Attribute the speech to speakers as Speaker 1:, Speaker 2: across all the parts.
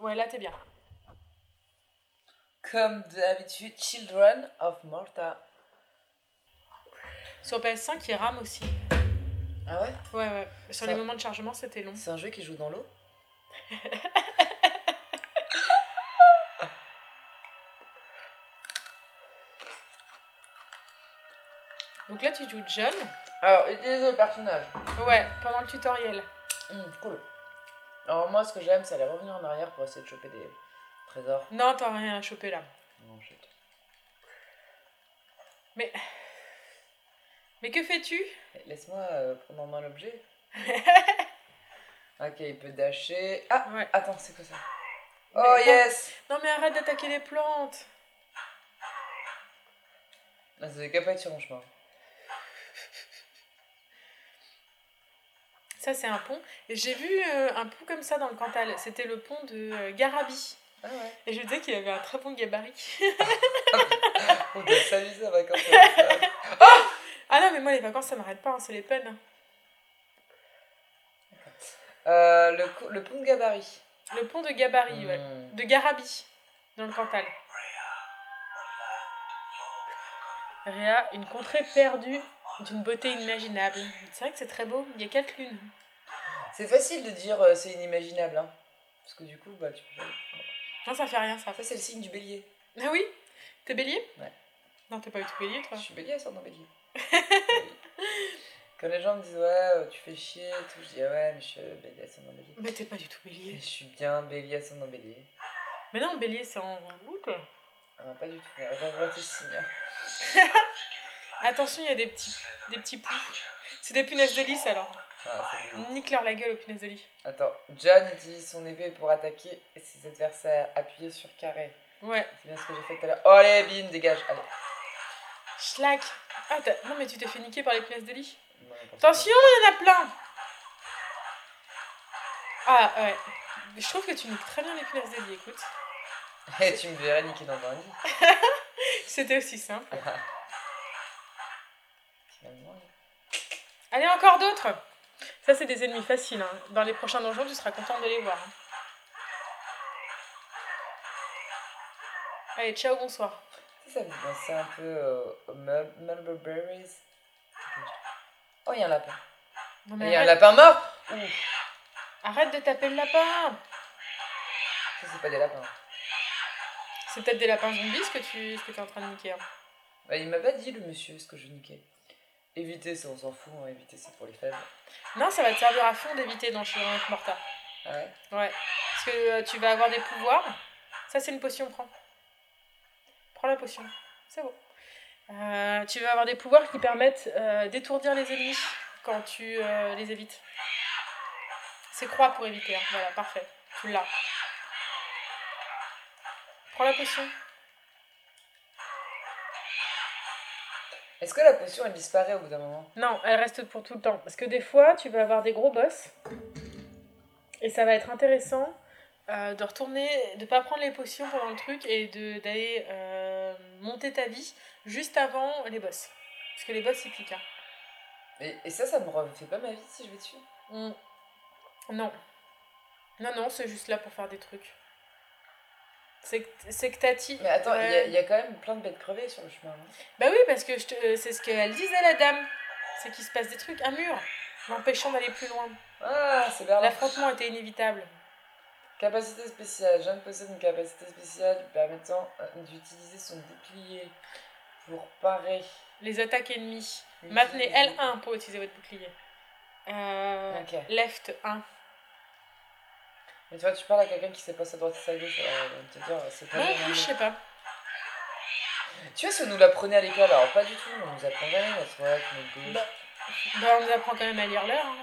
Speaker 1: Ouais, là, t'es bien.
Speaker 2: Comme d'habitude, Children of Morta.
Speaker 1: Sur PS5, il rame aussi.
Speaker 2: Ah ouais
Speaker 1: Ouais, ouais. Sur
Speaker 2: Ça-
Speaker 1: les moments de chargement, c'était long.
Speaker 2: C'est un jeu qui joue dans l'eau
Speaker 1: Donc là, tu joues John.
Speaker 2: Alors, utilisez le personnage.
Speaker 1: Ouais, pendant le tutoriel.
Speaker 2: Hum, cool. Alors, moi, ce que j'aime, c'est aller revenir en arrière pour essayer de choper des trésors.
Speaker 1: Non, t'as rien à choper là.
Speaker 2: Non, shit.
Speaker 1: Mais que fais-tu
Speaker 2: Laisse-moi euh, prendre en main l'objet. ok, il peut dasher. Ah
Speaker 1: Ouais.
Speaker 2: Attends, c'est quoi ça
Speaker 1: Mais
Speaker 2: Oh
Speaker 1: non.
Speaker 2: yes
Speaker 1: Non, mais arrête d'attaquer les plantes.
Speaker 2: Ah, Ça devait qu'à pas être sur mon chemin.
Speaker 1: Ça, c'est un pont. Et j'ai vu euh, un pont comme ça dans le Cantal. C'était le pont de euh, Garabi.
Speaker 2: Ah ouais
Speaker 1: Et je disais qu'il avait un très bon gabarit.
Speaker 2: On doit s'amuser avec un peu.
Speaker 1: ah non, mais moi, les vacances, ça m'arrête pas. hein, c'est les peines. hein.
Speaker 2: Euh, le, cou- le pont de gabarit.
Speaker 1: Le pont de Gabarit, ouais.
Speaker 2: Hmm.
Speaker 1: De Garabi, dans le Cantal. Réa, une contrée perdue d'une beauté inimaginable. C'est vrai que c'est très beau, il y a quatre lunes.
Speaker 2: C'est facile de dire euh, c'est inimaginable, hein. Parce que du coup, bah, tu peux jamais-
Speaker 1: Non, ça fait rien ça.
Speaker 2: Après, c'est le signe du bélier.
Speaker 1: Ah oui T'es bélier
Speaker 2: Ouais.
Speaker 1: Non, t'es pas du tout bélier toi.
Speaker 2: Je suis bélier, ça, non, bélier. Oui. Quand les gens me disent, ouais, euh, tu fais chier et tout, je dis, ah ouais, mais je suis euh, bélier, ça, non, bélier.
Speaker 1: Mais t'es pas du tout
Speaker 2: Et
Speaker 1: bélier.
Speaker 2: Je suis bien bélier, ça, non, bélier.
Speaker 1: Mais non, bélier c'est en août.
Speaker 2: Ah, non, pas du tout. mais Revois tes signes.
Speaker 1: Attention, il y a des petits, des petits poux. C'est des punaises de lit ça, alors.
Speaker 2: Ah, c'est beau.
Speaker 1: Nique-leur la gueule aux punaises de lit.
Speaker 2: Attends, John utilise son épée pour attaquer ses adversaires. Appuyez sur carré.
Speaker 1: Ouais.
Speaker 2: C'est bien ce que j'ai fait tout à l'heure. Oh, allez, bim, dégage. Allez.
Speaker 1: Schlack Ah, t'as- non mais tu t'es fait niquer par les punaises de lit.
Speaker 2: Non, n'importe quoi.
Speaker 1: Attention, il y en a plein Ah ouais. Je trouve que tu niques très bien les punaises de lit, écoute.
Speaker 2: Eh, tu me verrais niquer dans un lit.
Speaker 1: C'était aussi simple.
Speaker 2: Finalement.
Speaker 1: Allez, encore d'autres Ça, c'est des ennemis faciles. hein. Dans les prochains donjons, tu seras content de les voir. hein. Allez, ciao, bonsoir.
Speaker 2: Ça, ça me fait penser un peu euh, aux Mul- Mulberries. Oh, il y a un lapin.
Speaker 1: Non,
Speaker 2: Il
Speaker 1: mais
Speaker 2: y a un
Speaker 1: arrête,
Speaker 2: lapin mort
Speaker 1: arrête de taper le lapin
Speaker 2: Ça, c'est pas des lapins.
Speaker 1: C'est peut-être des lapins zombies ce que tu ce que es en train de niquer. hein.
Speaker 2: Bah, il m'a pas dit, le monsieur, ce que je niquais. Éviter, ça, on s'en fout. hein, Éviter, c'est pour les faibles.
Speaker 1: Non, ça va te servir à fond d'éviter dans Children of Morta.
Speaker 2: Ah ouais
Speaker 1: Ouais. Parce que euh, tu vas avoir des pouvoirs. Ça, c'est une potion, prends. Prends la potion. C'est bon. Euh, tu vas avoir des pouvoirs qui permettent euh, d'étourdir les ennemis quand tu euh, les évites. C'est croix pour éviter. hein. Voilà, parfait. Tu l'as. Prends la potion.
Speaker 2: Est-ce que la potion, elle disparaît au bout d'un moment
Speaker 1: Non, elle reste pour tout le temps. Parce que des fois, tu vas avoir des gros boss. Et ça va être intéressant euh, de retourner, de pas prendre les potions pendant le truc et de- d'aller euh, monter ta vie juste avant les boss. Parce que les boss, ils piquent. hein.
Speaker 2: et, et ça, ça me refait pas ma vie si je vais dessus
Speaker 1: Mm. Non. Non, non, c'est juste là pour faire des trucs. C'est que- c'est que Tati.
Speaker 2: Mais attends, il y a-
Speaker 1: Ouais.
Speaker 2: il y, a quand même plein de bêtes crevées sur le chemin. hein.
Speaker 1: Bah oui, parce que je te- euh, c'est ce qu'elle disait, la dame. C'est qu'il se passe des trucs, un mur, l'empêchant d'aller plus loin.
Speaker 2: Ah, c'est Berlin.
Speaker 1: L'affrontement était inévitable.
Speaker 2: Capacité spéciale. Jeanne possède une capacité spéciale lui permettant euh, d'utiliser son bouclier pour parer.
Speaker 1: Les attaques ennemies. Maintenez L1 pour utiliser votre bouclier. Euh,
Speaker 2: Ok.
Speaker 1: Left 1.
Speaker 2: Mais tu vois, tu parles à quelqu'un qui sait pas sa droite et sa gauche, euh, on va te dire, c'est pas
Speaker 1: Non
Speaker 2: bien,
Speaker 1: plus, je
Speaker 2: non.
Speaker 1: sais pas.
Speaker 2: Tu vois, si on nous l'apprenait à l'école, alors pas du tout, on nous apprend jamais notre droite, notre gauche.
Speaker 1: Bah, bah, on nous apprend quand même à lire l'heure. hein.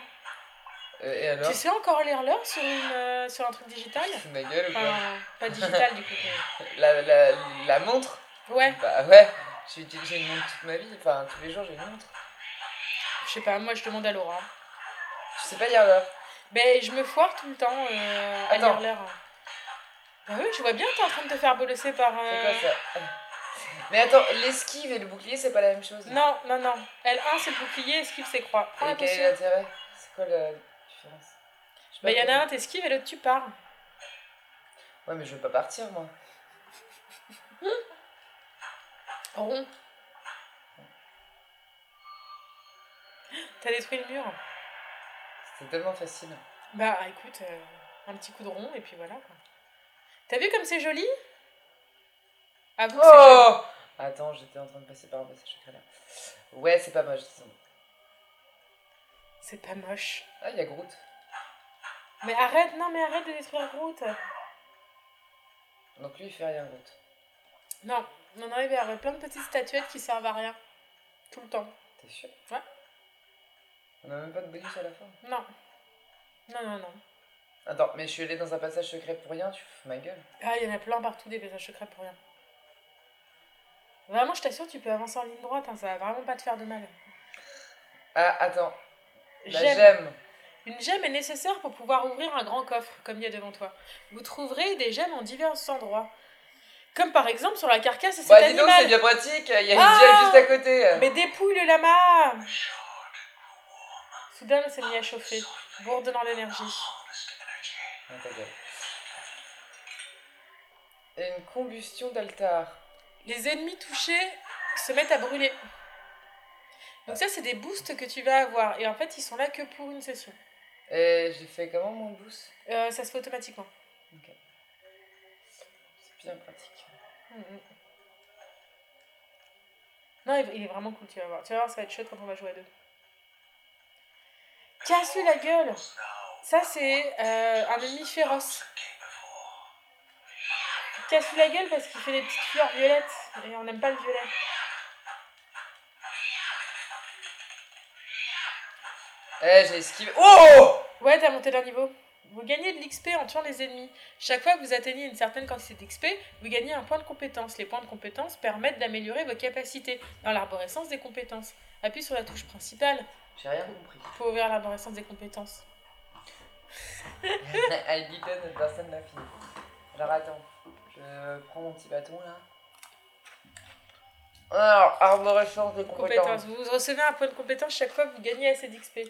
Speaker 2: Euh, et alors
Speaker 1: Tu sais encore lire l'heure sur, une, euh, sur un truc digital
Speaker 2: Tu te fous de ma gueule ou quoi
Speaker 1: Enfin, pas digital du coup. mais-
Speaker 2: la, la, la montre
Speaker 1: Ouais,
Speaker 2: Bah ouais, j'ai j'ai une montre toute ma vie, enfin tous les jours j'ai une montre.
Speaker 1: je sais pas, moi je demande à Laura.
Speaker 2: Tu sais pas lire l'heure
Speaker 1: Ben, je me foire tout le temps euh, à
Speaker 2: Attends.
Speaker 1: lire l'heure. Bah oui, je vois bien que t'es en train de te faire bolosser par.
Speaker 2: C'est
Speaker 1: euh,
Speaker 2: quoi ça Mais attends, l'esquive et le bouclier, c'est pas la même chose
Speaker 1: Non, non, non. L1 c'est le bouclier, esquive c'est croix. Prends la
Speaker 2: Et quel
Speaker 1: potion.
Speaker 2: est l'intérêt C'est quoi la différence Je sais
Speaker 1: Bah,
Speaker 2: pas
Speaker 1: y en
Speaker 2: comment-
Speaker 1: a un, t'esquives et l'autre tu pars.
Speaker 2: Ouais, mais je veux pas partir, moi.
Speaker 1: Rond. T'as détruit le mur.
Speaker 2: C'était tellement facile.
Speaker 1: Bah écoute, euh, un petit coup de rond et puis voilà. quoi. T'as vu comme c'est joli Avoue que c'est joli.
Speaker 2: Oh Attends, j'étais en train de passer par un passage secret là. Ouais, c'est pas moche, disons.
Speaker 1: C'est pas moche.
Speaker 2: Ah, il y a Groot.
Speaker 1: Mais arrête, non mais arrête de détruire Groot.
Speaker 2: Donc lui, il fait rien, Groot.
Speaker 1: Non, on en arrive à plein de petites statuettes qui servent à rien. Tout le temps.
Speaker 2: T'es sûr
Speaker 1: Ouais.
Speaker 2: On a même pas de bonus à la fin.
Speaker 1: Non. Non, non, non.
Speaker 2: Attends, mais je suis allée dans un passage secret pour rien, tu fous ma gueule.
Speaker 1: Ah, il y en a plein partout des passages secrets pour rien. Vraiment, je t'assure, tu peux avancer en ligne droite, hein, ça va vraiment pas te faire de mal.
Speaker 2: Ah, attends. La
Speaker 1: J'aime.
Speaker 2: gemme.
Speaker 1: Une gemme est nécessaire pour pouvoir ouvrir un grand coffre, comme il y a devant toi. Vous trouverez des gemmes en divers endroits. Comme par exemple sur la carcasse de cet
Speaker 2: Bah, dis donc, c'est
Speaker 1: animal.
Speaker 2: bien pratique. Il y a une
Speaker 1: Ah
Speaker 2: gemme juste à côté.
Speaker 1: Mais dépouille le lama Soudain, elle s'est mis à chauffer, bourdonnant d'énergie.
Speaker 2: Ah, ta gueule. Et Une combustion d'altar.
Speaker 1: Les ennemis touchés se mettent à brûler. Donc ça, c'est des boosts que tu vas avoir. Et en fait, ils sont là que pour une session.
Speaker 2: Et Eh, j'ai fait comment mon boost
Speaker 1: Euh, ça se fait automatiquement.
Speaker 2: C'est bien pratique.
Speaker 1: Mhm. Non, il- il est vraiment cool, tu vas voir. Tu vas voir, ça va être chouette quand on va jouer à deux. Casse-lui la gueule Ça, c'est euh, un ennemi féroce. Casse-lui la gueule parce qu'il fait des petites fleurs violettes. Et on n'aime pas le violet.
Speaker 2: Eh, j'ai esquivé. Oh
Speaker 1: Ouais, t'as monté d'un niveau. Vous gagnez de l'XP en tuant les ennemis. Chaque fois que vous atteignez une certaine quantité d'XP, vous gagnez un point de compétence. Les points de compétence permettent d'améliorer vos capacités dans l'arborescence des compétences. Appuie sur la touche principale
Speaker 2: J'ai rien compris.
Speaker 1: pour ouvrir l'arborescence des compétences.
Speaker 2: I didn't, personne n'a fini. Alors attends, je prends mon petit bâton là. Alors, arborescence de compétences.
Speaker 1: Compétences. Vous recevez un point de compétence chaque fois que vous gagnez assez d'XP.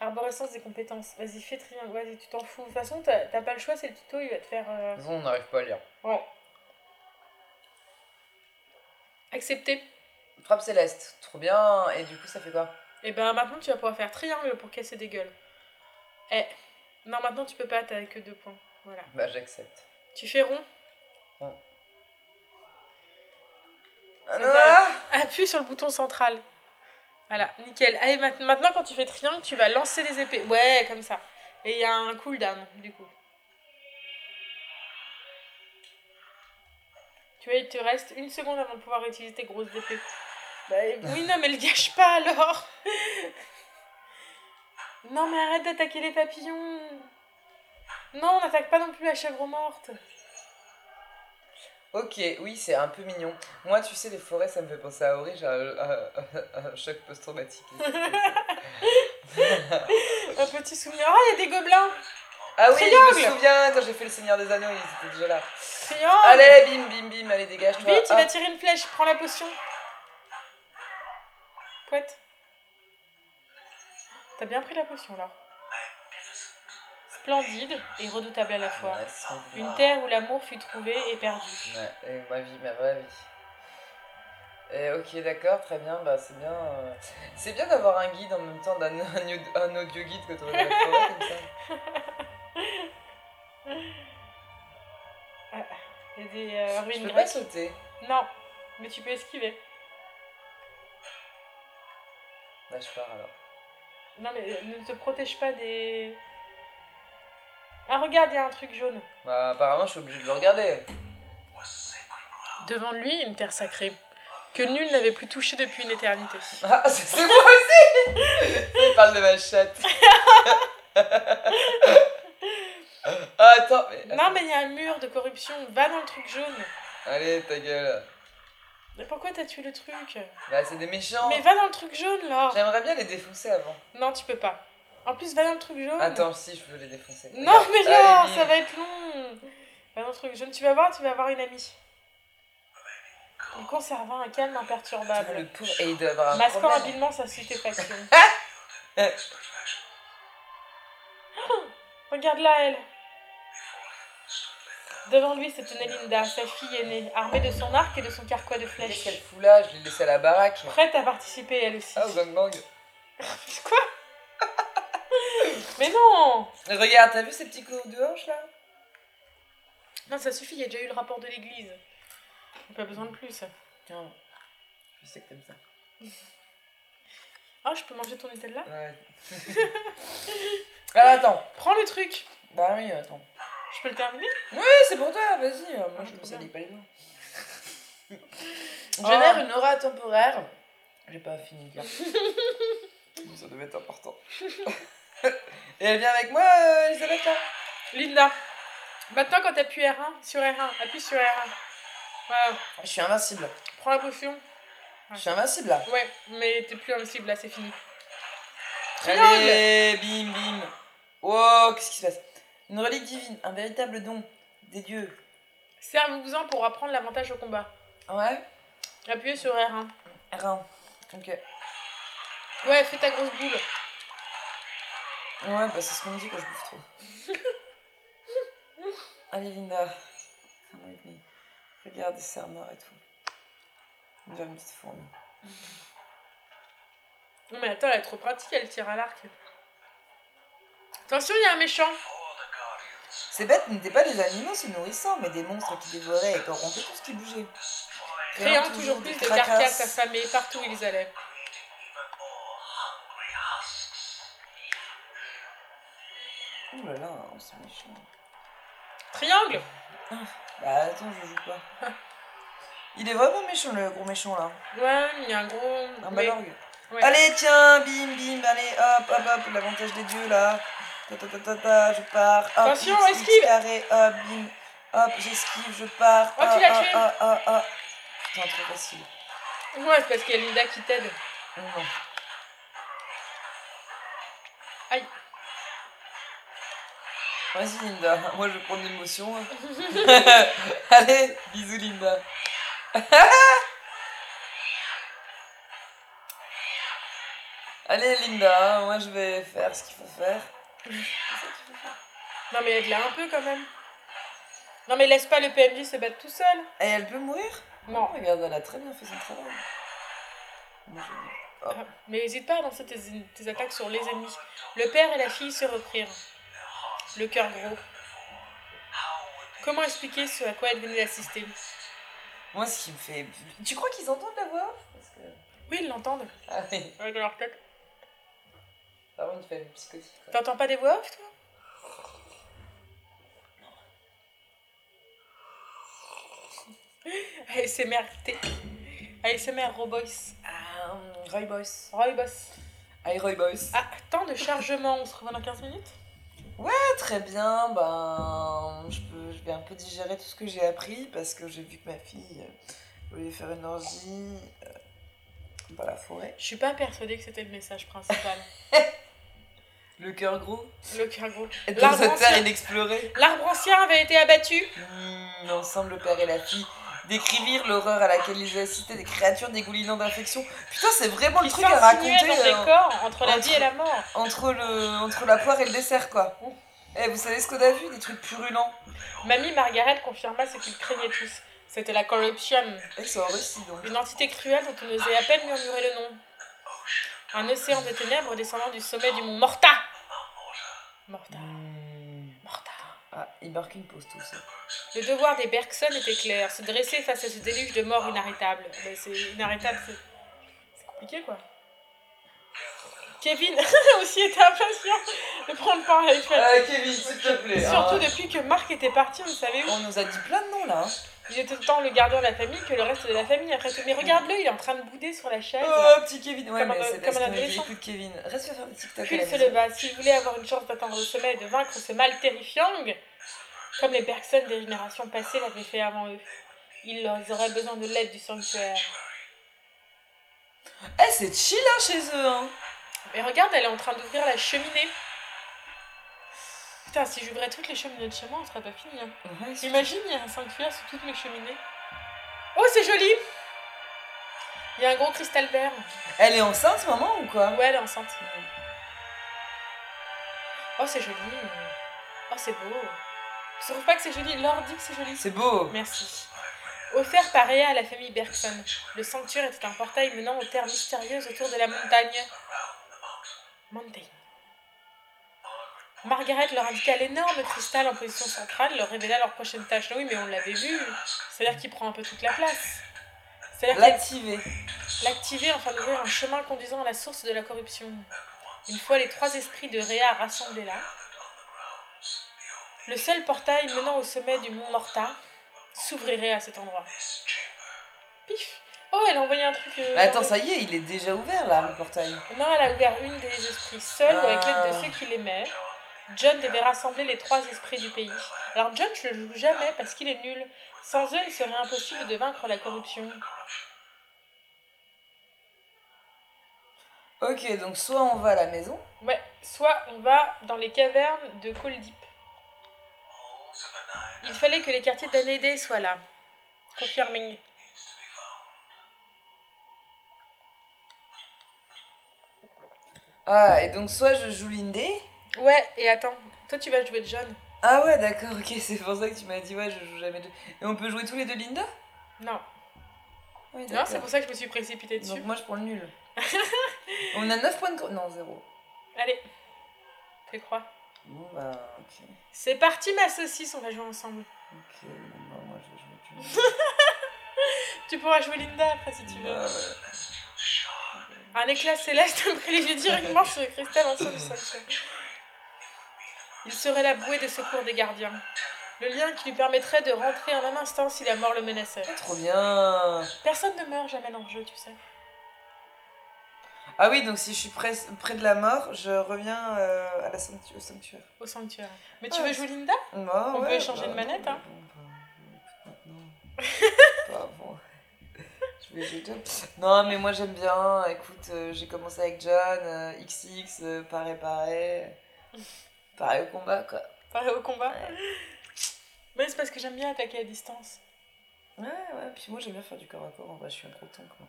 Speaker 1: Arborescence des compétences. Vas-y, fais triangle. Vas-y, tu t'en fous. De toute façon, t'as t'as pas le choix, c'est le tuto, il va te faire. euh,
Speaker 2: De toute façon, on n'arrive pas à lire.
Speaker 1: Ouais. Accepter.
Speaker 2: Frappe céleste, trop bien. Et du coup, ça fait quoi
Speaker 1: Et ben maintenant tu vas pouvoir faire triangle pour casser des gueules. Eh, non maintenant tu peux pas, t'as que deux points. Voilà.
Speaker 2: Bah, j'accepte.
Speaker 1: Tu fais rond,
Speaker 2: Ah,
Speaker 1: Ça
Speaker 2: non
Speaker 1: appuie sur le bouton central. Voilà, nickel. Allez, ma- maintenant quand tu fais triangle, tu vas lancer des épées. Ouais, comme ça. Et il y a un cooldown du coup. Tu vois, il te reste une seconde avant de pouvoir utiliser tes grosses épées. Bah, oui, non, mais le gâche pas alors Non, mais arrête d'attaquer les papillons Non, on n'attaque pas non plus la chèvre morte
Speaker 2: Ok, oui, c'est un peu mignon. Moi, tu sais, les forêts, ça me fait penser à Ori, j'ai un, un- un- un choc post-traumatique.
Speaker 1: Un petit souvenir. Ah, il y a des gobelins
Speaker 2: ah oui, je me
Speaker 1: Triangle
Speaker 2: souviens, quand j'ai fait le Seigneur des Anneaux, ils étaient déjà là.
Speaker 1: Triangle
Speaker 2: Allez, bim, bim, bim, allez, dégage-toi.
Speaker 1: Vite, il
Speaker 2: Ah.
Speaker 1: va tirer une flèche, prends la potion. Pouette. T'as bien pris la potion là. Splendide et redoutable à la fois.
Speaker 2: Ouais, c'est
Speaker 1: Une
Speaker 2: bon.
Speaker 1: terre où l'amour fut trouvé et perdu.
Speaker 2: Ouais, et ma vie, ma vraie vie. Et ok, d'accord, très bien, bah c'est bien. euh, C'est bien d'avoir un guide en même temps, d'un un, audio- un audio guide que tu la forêt comme ça.
Speaker 1: Il y a des euh,
Speaker 2: Je
Speaker 1: ruines
Speaker 2: peux pas
Speaker 1: grecques.
Speaker 2: sauter.
Speaker 1: Non, mais tu peux esquiver.
Speaker 2: Bah je pars alors.
Speaker 1: Non, mais euh, ne te protège pas des. Ah, regarde, il y a un truc jaune.
Speaker 2: Bah apparemment je suis obligée de le regarder.
Speaker 1: Devant lui, une terre sacrée, que nul n'avait plus touchée depuis une éternité.
Speaker 2: Ah, c'est- c'est moi aussi Il parle de ma chatte. Ah, attends, mais...
Speaker 1: Non, mais il y a un mur de corruption, va dans le truc jaune.
Speaker 2: Allez, ta gueule.
Speaker 1: Mais pourquoi t'as tué le truc
Speaker 2: Bah c'est des méchants.
Speaker 1: Mais va dans le truc jaune là
Speaker 2: J'aimerais bien les défoncer avant.
Speaker 1: Non, tu peux pas. En plus, va dans le truc jaune
Speaker 2: Attends, si je veux les défoncer.
Speaker 1: Non, mais
Speaker 2: là
Speaker 1: non, ça va être long Va dans le truc jaune, tu vas voir, tu vas avoir une amie. Il conserva un calme
Speaker 2: Le
Speaker 1: imperturbable,
Speaker 2: pauvre- Et il doit avoir un
Speaker 1: masquant
Speaker 2: problème. Ah,
Speaker 1: habilement sa stupéfaction. Regarde là, elle Devant lui se tenait Linda, sa fille aînée, armée de son arc et de son carquois de
Speaker 2: Qu'est-ce qu'elle
Speaker 1: flèches.
Speaker 2: fout là Je l'ai laissée à la baraque.
Speaker 1: Prête à participer elle aussi.
Speaker 2: Ah, au gang bang.
Speaker 1: Quoi Mais non
Speaker 2: Regarde, t'as vu ces petits coups de hanche là
Speaker 1: Non, ça suffit, il y a déjà eu le rapport de l'église. Pas besoin de plus.
Speaker 2: Tiens, je sais que t'aimes ça.
Speaker 1: Ah, je peux manger ton Nutella
Speaker 2: Ouais. Alors attends.
Speaker 1: Prends le truc
Speaker 2: Bah oui, attends.
Speaker 1: Je peux le terminer
Speaker 2: Ouais, c'est pour toi, vas-y. euh, Moi,
Speaker 1: Ah,
Speaker 2: je
Speaker 1: c'est
Speaker 2: pensais
Speaker 1: bien.
Speaker 2: pas les mains. Génère
Speaker 1: Oh.
Speaker 2: une aura temporaire. J'ai pas fini de lire. Ça devait être important. Et elle vient avec moi, euh, Elisabeth là
Speaker 1: Linda, maintenant quand t'appuies R1, sur R1, appuie sur R1. Voilà,
Speaker 2: Je suis invincible.
Speaker 1: prends la potion.
Speaker 2: Je suis invincible là.
Speaker 1: Ouais, mais t'es plus invincible là, c'est fini.
Speaker 2: Allez, bim bim. Wow, qu'est-ce qui se passe Une relique divine, un véritable don des dieux.
Speaker 1: Servez-vous-en pour apprendre l'avantage au combat.
Speaker 2: Ouais
Speaker 1: Appuyez sur R1.
Speaker 2: Rien. Ok. Ouais,
Speaker 1: Ouais, fais ta grosse boule.
Speaker 2: bah c'est ce qu'on me dit quand je bouffe trop. Allez, Linda. Fais-moi une nuit. Regarde, c'est un mort et tout. On dirait une petite fourmi.
Speaker 1: Non mais attends, elle est trop pratique, elle tire à l'arc. Attention, il y a un méchant.
Speaker 2: Ces bêtes n'étaient pas des animaux se nourrissant, mais des monstres qui dévoraient et corrompaient tout ce qui bougeait.
Speaker 1: Créant toujours plus de carcasses affamées partout où ils allaient.
Speaker 2: Ouh là là, on se méchant.
Speaker 1: Triangle
Speaker 2: Bah attends, je joue pas. Il est vraiment méchant le gros méchant là.
Speaker 1: Ouais, il y a un gros...
Speaker 2: Un
Speaker 1: mais-
Speaker 2: balorgue.
Speaker 1: ouais.
Speaker 2: Allez, tiens, bim, bim, allez, hop, hop, hop, l'avantage des dieux là. Ta ta ta ta ta, je pars. Hop,
Speaker 1: Attention,
Speaker 2: X, X
Speaker 1: esquive.
Speaker 2: carré, hop, bim. Hop, j'esquive, je pars.
Speaker 1: Oh, tu l'as
Speaker 2: ah,
Speaker 1: tué.
Speaker 2: ah, ah, ah. Putain, trop facile.
Speaker 1: Ouais, c'est parce qu'il y a Linda qui t'aide.
Speaker 2: Non.
Speaker 1: Aïe.
Speaker 2: Vas-y, Linda, moi je prends l'émotion. hein. allez, bisous, Linda. Allez Linda, moi je vais faire ce qu'il faut faire.
Speaker 1: Non mais aide-la un peu quand même. Non mais laisse pas le PNJ se battre tout seul.
Speaker 2: Et elle peut mourir Oh,
Speaker 1: Non.
Speaker 2: Regarde, elle a très bien fait son travail. Moi, je-
Speaker 1: Euh, Mais n'hésite pas à lancer tes, tes attaques sur les ennemis. Le père et la fille se reprirent. Le cœur gros. Comment expliquer ce à quoi elle venait d'assister
Speaker 2: Moi ce qui me fait... Tu crois qu'ils entendent la voix Parce que...
Speaker 1: Oui, ils l'entendent.
Speaker 2: Ah oui,
Speaker 1: Ouais, dans leur tête.
Speaker 2: vraiment une famille psychotique. quoi.
Speaker 1: T'entends pas des voix off, toi ASMR T. ASMR Roboys.
Speaker 2: Ah, hum, Roy Boys.
Speaker 1: Royboss.
Speaker 2: Hi Roy Boys.
Speaker 1: Ah, temps de chargement, on se revoit dans 15 minutes
Speaker 2: Ah, Très bien, ben, je, peux, je vais un peu digérer tout ce que j'ai appris parce que j'ai vu que ma fille euh, voulait faire une orgie euh, dans la forêt.
Speaker 1: Je suis pas persuadée que c'était le message principal.
Speaker 2: Le cœur gros.
Speaker 1: Le cœur gros.
Speaker 2: Être
Speaker 1: L'arbre
Speaker 2: dans cette terre
Speaker 1: ancien.
Speaker 2: inexplorée.
Speaker 1: L'arbre ancien avait été abattu.
Speaker 2: Mmh, ensemble, le père et la fille décrivirent l'horreur à laquelle ils assistaient, des créatures dégoulinant d'infections. Putain, c'est vraiment le
Speaker 1: Qui
Speaker 2: truc à raconter
Speaker 1: s'insinuait dans
Speaker 2: euh,
Speaker 1: des corps entre la
Speaker 2: entre-
Speaker 1: vie et la mort.
Speaker 2: entre, le, entre la poire et le dessert, quoi.
Speaker 1: Ouh.
Speaker 2: Eh, vous savez ce qu'on a vu Des trucs purulents.
Speaker 1: Mamie Margaret confirma ce qu'ils craignaient tous. C'était la corruption,
Speaker 2: Et c'est en Russie, donc.
Speaker 1: une entité cruelle dont on osait à peine murmurer le nom. Un océan de ténèbres descendant du sommet du mont Morta. Morta,
Speaker 2: Mmh.
Speaker 1: Morta.
Speaker 2: Ah, il marque une pause tout ça.
Speaker 1: Le devoir des Bergson était clair, se dresser face à ce déluge de mort inarrêtable. Mais c'est inarrêtable, c'est c'est compliqué quoi. Kevin aussi était impatient de prendre part avec elle.
Speaker 2: Euh, Kevin, s'il te plaît.
Speaker 1: Surtout
Speaker 2: hein.
Speaker 1: depuis que Marc était parti, on ne savait où.
Speaker 2: On nous a dit plein de noms là. hein.
Speaker 1: Il était autant le gardien de la famille que le reste de la famille. Après tout, mais regarde-le, il est en train de bouder sur la chaise.
Speaker 2: Oh, petit Kevin. Ouais,
Speaker 1: Comme
Speaker 2: mais
Speaker 1: un-
Speaker 2: c'est
Speaker 1: comme
Speaker 2: parce
Speaker 1: un
Speaker 2: qu'on est
Speaker 1: adolescent.
Speaker 2: de Kevin. Reste faire des TikTok. à
Speaker 1: Jules
Speaker 2: la
Speaker 1: se
Speaker 2: maison.
Speaker 1: leva. S'il voulait avoir une chance d'atteindre le sommet et de vaincre ce mal terrifiant, comme les personnes des générations passées l'avaient fait avant eux, ils auraient besoin de l'aide du sanctuaire.
Speaker 2: Eh, c'est chill hein, chez eux. Hein.
Speaker 1: Mais regarde, elle est en train d'ouvrir la cheminée. Putain, si j'ouvrais toutes les cheminées de chez moi, on serait pas fini. hein.
Speaker 2: Ouais, c'est-
Speaker 1: Imagine, il y a un sanctuaire sous toutes mes cheminées. Oh, c'est joli Il y a un gros cristal vert.
Speaker 2: Elle est enceinte, maman, ou quoi
Speaker 1: Ouais, elle est enceinte. Oh, c'est joli. Oh, c'est beau. Je trouve pas que c'est joli. L'or dit que c'est joli.
Speaker 2: C'est beau.
Speaker 1: Merci. Offert par Ea à la famille Bergson, le sanctuaire était un portail menant aux terres mystérieuses autour de la montagne. Mountain. Margaret leur indiqua l'énorme cristal en position centrale, leur révéla leur prochaine tâche. Ah oui, mais on l'avait vu. C'est-à-dire qu'il prend un peu toute la place. C'est-à-dire qu'elle-
Speaker 2: L'activer.
Speaker 1: l'activer afin d'ouvrir un chemin conduisant à la source de la corruption. Une fois les trois esprits de Réa rassemblés là, le seul portail menant au sommet du mont Morta s'ouvrirait à cet endroit. Pif Oh, elle a envoyé un truc. euh,
Speaker 2: Mais Bah, attends, ça y est, il est déjà ouvert là, le portail.
Speaker 1: Non, elle a ouvert une des esprits seule ou avec l'aide
Speaker 2: Ah.
Speaker 1: de ceux qui l'aimaient. John devait rassembler les trois esprits du pays. Alors John, je le joue jamais parce qu'il est nul. Sans eux, il serait impossible de vaincre la corruption.
Speaker 2: Ok, donc soit on va à la maison.
Speaker 1: Ouais, soit on va dans les cavernes de Coldip. Il fallait que les quartiers d'Anédé soient là. Confirming.
Speaker 2: Ah, et donc soit je joue Lindé.
Speaker 1: Ouais, et attends, toi tu vas jouer John
Speaker 2: Ah ouais, d'accord, ok, c'est pour ça que tu m'as dit, ouais, je joue jamais deux. Et on peut jouer tous les deux Linda
Speaker 1: Non.
Speaker 2: Oui,
Speaker 1: Non,
Speaker 2: d'accord.
Speaker 1: c'est pour ça que je me suis précipitée dessus.
Speaker 2: Donc moi je prends le nul. on a 9 points de... co- Non, 0.
Speaker 1: Allez, fais croire.
Speaker 2: Bon bah, ok.
Speaker 1: C'est parti ma saucisse, on va jouer ensemble.
Speaker 2: Ok, bon, bah, moi je vais jouer
Speaker 1: Tu pourras jouer Linda après si tu
Speaker 2: plus.
Speaker 1: veux. Un éclat céleste prélude directement sur le cristal en dessous du sol. Il serait la bouée de secours des gardiens. Le lien qui lui permettrait de rentrer en un instant si la mort le menaçait.
Speaker 2: Trop bien.
Speaker 1: Personne ne meurt jamais dans le jeu, tu sais.
Speaker 2: Ah oui, donc si je suis près, près de la mort, je reviens euh, à la sanctu- au sanctuaire.
Speaker 1: Au sanctuaire. Mais tu
Speaker 2: Ah,
Speaker 1: veux
Speaker 2: c'est-
Speaker 1: jouer Linda
Speaker 2: Non,
Speaker 1: On peut
Speaker 2: ouais,
Speaker 1: échanger de manette, hein.
Speaker 2: bon, bah, bon, écoute, maintenant. Pas avant. Je vais jouer John. Non, mais moi j'aime bien. Écoute, euh, j'ai commencé avec John, euh, XX, euh, pareil, pareil. Pareil au combat, quoi.
Speaker 1: Pareil au combat.
Speaker 2: Ouais.
Speaker 1: Mais c'est parce que j'aime bien attaquer à distance.
Speaker 2: Ouais, ouais, puis moi j'aime bien faire du corps à corps, en vrai, je suis un gros tank, moi.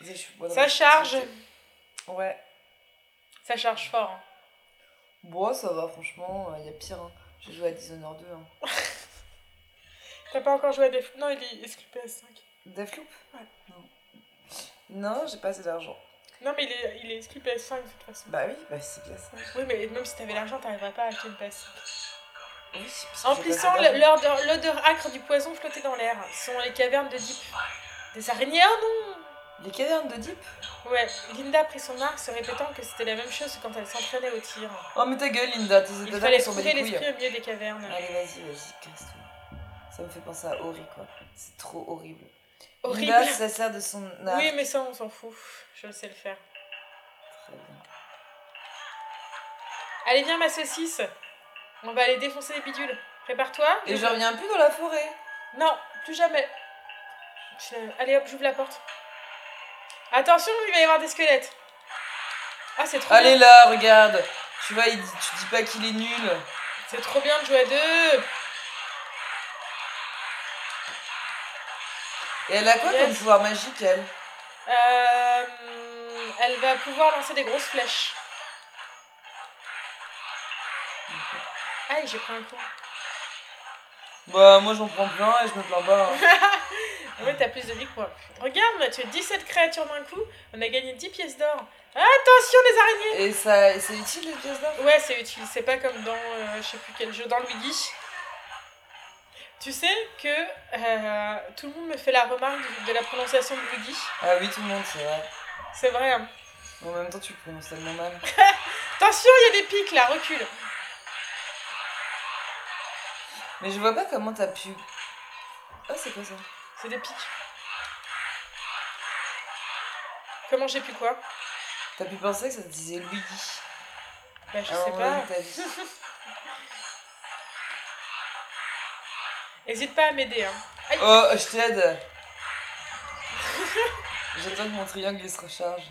Speaker 2: Je suis- voilà,
Speaker 1: Ça
Speaker 2: moi, je suis-
Speaker 1: charge
Speaker 2: Ouais.
Speaker 1: Ça charge fort. hein.
Speaker 2: Bon, ça va, franchement, il y a pire. hein. J'ai joué à Dishonored 2. Hein.
Speaker 1: T'as pas encore joué à Def... Non, il est exclu PS5.
Speaker 2: Deathloop
Speaker 1: Ouais.
Speaker 2: Non. Non, j'ai pas assez d'argent.
Speaker 1: Non, mais il est, il est exclu PS5 de toute façon.
Speaker 2: Bah oui, bah c'est bien ça.
Speaker 1: Oui, mais même si t'avais l'argent, t'arriverais pas à acheter une PS5.
Speaker 2: Oui, parce que
Speaker 1: En
Speaker 2: j'ai
Speaker 1: plissant
Speaker 2: pas assez
Speaker 1: le-
Speaker 2: d'argent.
Speaker 1: l'odeur l'odeur âcre du poison flottait dans l'air. Ce sont les cavernes de Deep. Des araignées, ah
Speaker 2: Les cavernes de Deep
Speaker 1: non Ouais, Linda prit son arc, se répétant que c'était la même chose que quand elle s'entraînait au tir.
Speaker 2: Oh, mais ta gueule, Linda, tes
Speaker 1: Il
Speaker 2: états
Speaker 1: fallait
Speaker 2: d'âme sont
Speaker 1: trouver
Speaker 2: belles couilles.
Speaker 1: l'esprit au milieu des cavernes.
Speaker 2: Allez, vas-y, vas-y, casse-toi. Ça me fait penser à Ori, quoi. C'est trop horrible.
Speaker 1: Horrible.
Speaker 2: Linda, ça sert de son arc.
Speaker 1: Oui, mais ça, on s'en fout. Je le sais le faire.
Speaker 2: Très bien.
Speaker 1: Allez, viens, ma saucisse. On va aller défoncer les bidules. Prépare-toi.
Speaker 2: Et je reviens plus dans la forêt.
Speaker 1: Non, plus jamais. Je- Allez, hop, j'ouvre la porte. Attention, il va y avoir des squelettes. Ah, c'est trop
Speaker 2: Allez
Speaker 1: bien.
Speaker 2: là, regarde. Tu vois, il dit- tu dis pas qu'il est nul.
Speaker 1: C'est trop bien de jouer à deux.
Speaker 2: Et elle a quoi
Speaker 1: Yes.
Speaker 2: comme pouvoir magique, elle
Speaker 1: Euh, elle va pouvoir lancer des grosses flèches. Aïe, j'ai pris un coup.
Speaker 2: Bah, moi j'en prends plein et je me plains pas. hein.
Speaker 1: En fait, t'as plus de vie que moi. Regarde, on a tué 17 créatures d'un coup. On a gagné 10 pièces d'or. Attention, les araignées
Speaker 2: et ça, et c'est utile, les pièces d'or
Speaker 1: Ouais, c'est utile. C'est pas comme dans euh, je sais plus quel jeu, dans Luigi. Tu sais que euh, tout le monde me fait la remarque de, de la prononciation de Luigi.
Speaker 2: Ah oui, tout le monde, c'est vrai.
Speaker 1: C'est vrai. hein.
Speaker 2: Mais en même temps, tu le prononces tellement mal.
Speaker 1: Attention, il y a des pics là, recule.
Speaker 2: Mais je vois pas comment t'as pu. Ah, c'est quoi ça
Speaker 1: C'est des pics. Comment j'ai pu quoi
Speaker 2: T'as pu penser que ça se disait Luigi. Ah,
Speaker 1: Bah, je
Speaker 2: à un
Speaker 1: sais
Speaker 2: moment
Speaker 1: pas.
Speaker 2: donné de ta vie.
Speaker 1: Hésite pas à m'aider. Hein.
Speaker 2: Oh, je t'aide J'attends que mon triangle il se recharge.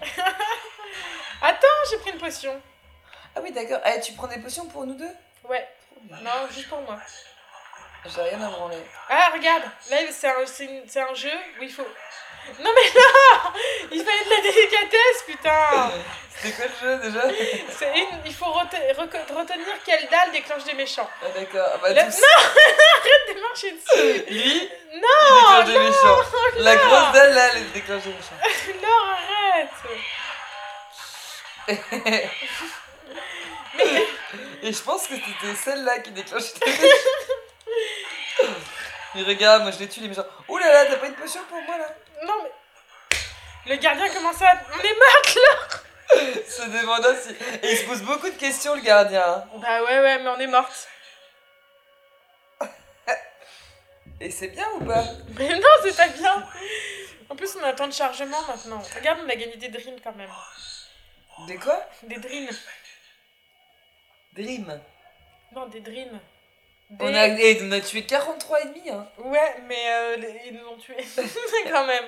Speaker 1: Ah, j'ai pris une potion.
Speaker 2: Ah oui, d'accord. Eh, tu prends des potions pour nous deux
Speaker 1: Ouais,
Speaker 2: Trop bien.
Speaker 1: non, juste pour moi.
Speaker 2: J'ai rien à branler.
Speaker 1: Ah, regarde, là, c'est un, c'est une- c'est un jeu où il faut. Non mais non Il fallait de la délicatesse, putain
Speaker 2: C'était quoi le jeu déjà
Speaker 1: C'est une- Il faut rete- reco- retenir quelle dalle déclenche des méchants.
Speaker 2: Ah d'accord, Ah, bah
Speaker 1: La-
Speaker 2: tous.
Speaker 1: Arrête de marcher dessus
Speaker 2: Lui,
Speaker 1: Non
Speaker 2: il déclenche des méchants. La grosse dalle là, elle déclenche des méchants.
Speaker 1: Non, arrête
Speaker 2: Et je pense que c'était celle-là qui déclenche les méchants. Mais regarde, moi je les tue les méchants. Ouh là là, t'as pas une potion pour moi là
Speaker 1: Non mais... Le gardien commence à... On est mort
Speaker 2: Se demandant si. Et il se pose beaucoup de questions le gardien. hein.
Speaker 1: Bah ouais, ouais, mais on est morte.
Speaker 2: Et c'est bien ou pas
Speaker 1: Mais non, c'est pas bien En plus, on a un temps de chargement maintenant. Regarde, on a gagné des drines quand même.
Speaker 2: Des quoi
Speaker 1: Des drines.
Speaker 2: Des rimes.
Speaker 1: Non, des drines.
Speaker 2: On
Speaker 1: Des-
Speaker 2: a, et on a tué 43 et demi hein.
Speaker 1: Ouais, mais euh, les- ils nous ont tués. quand même.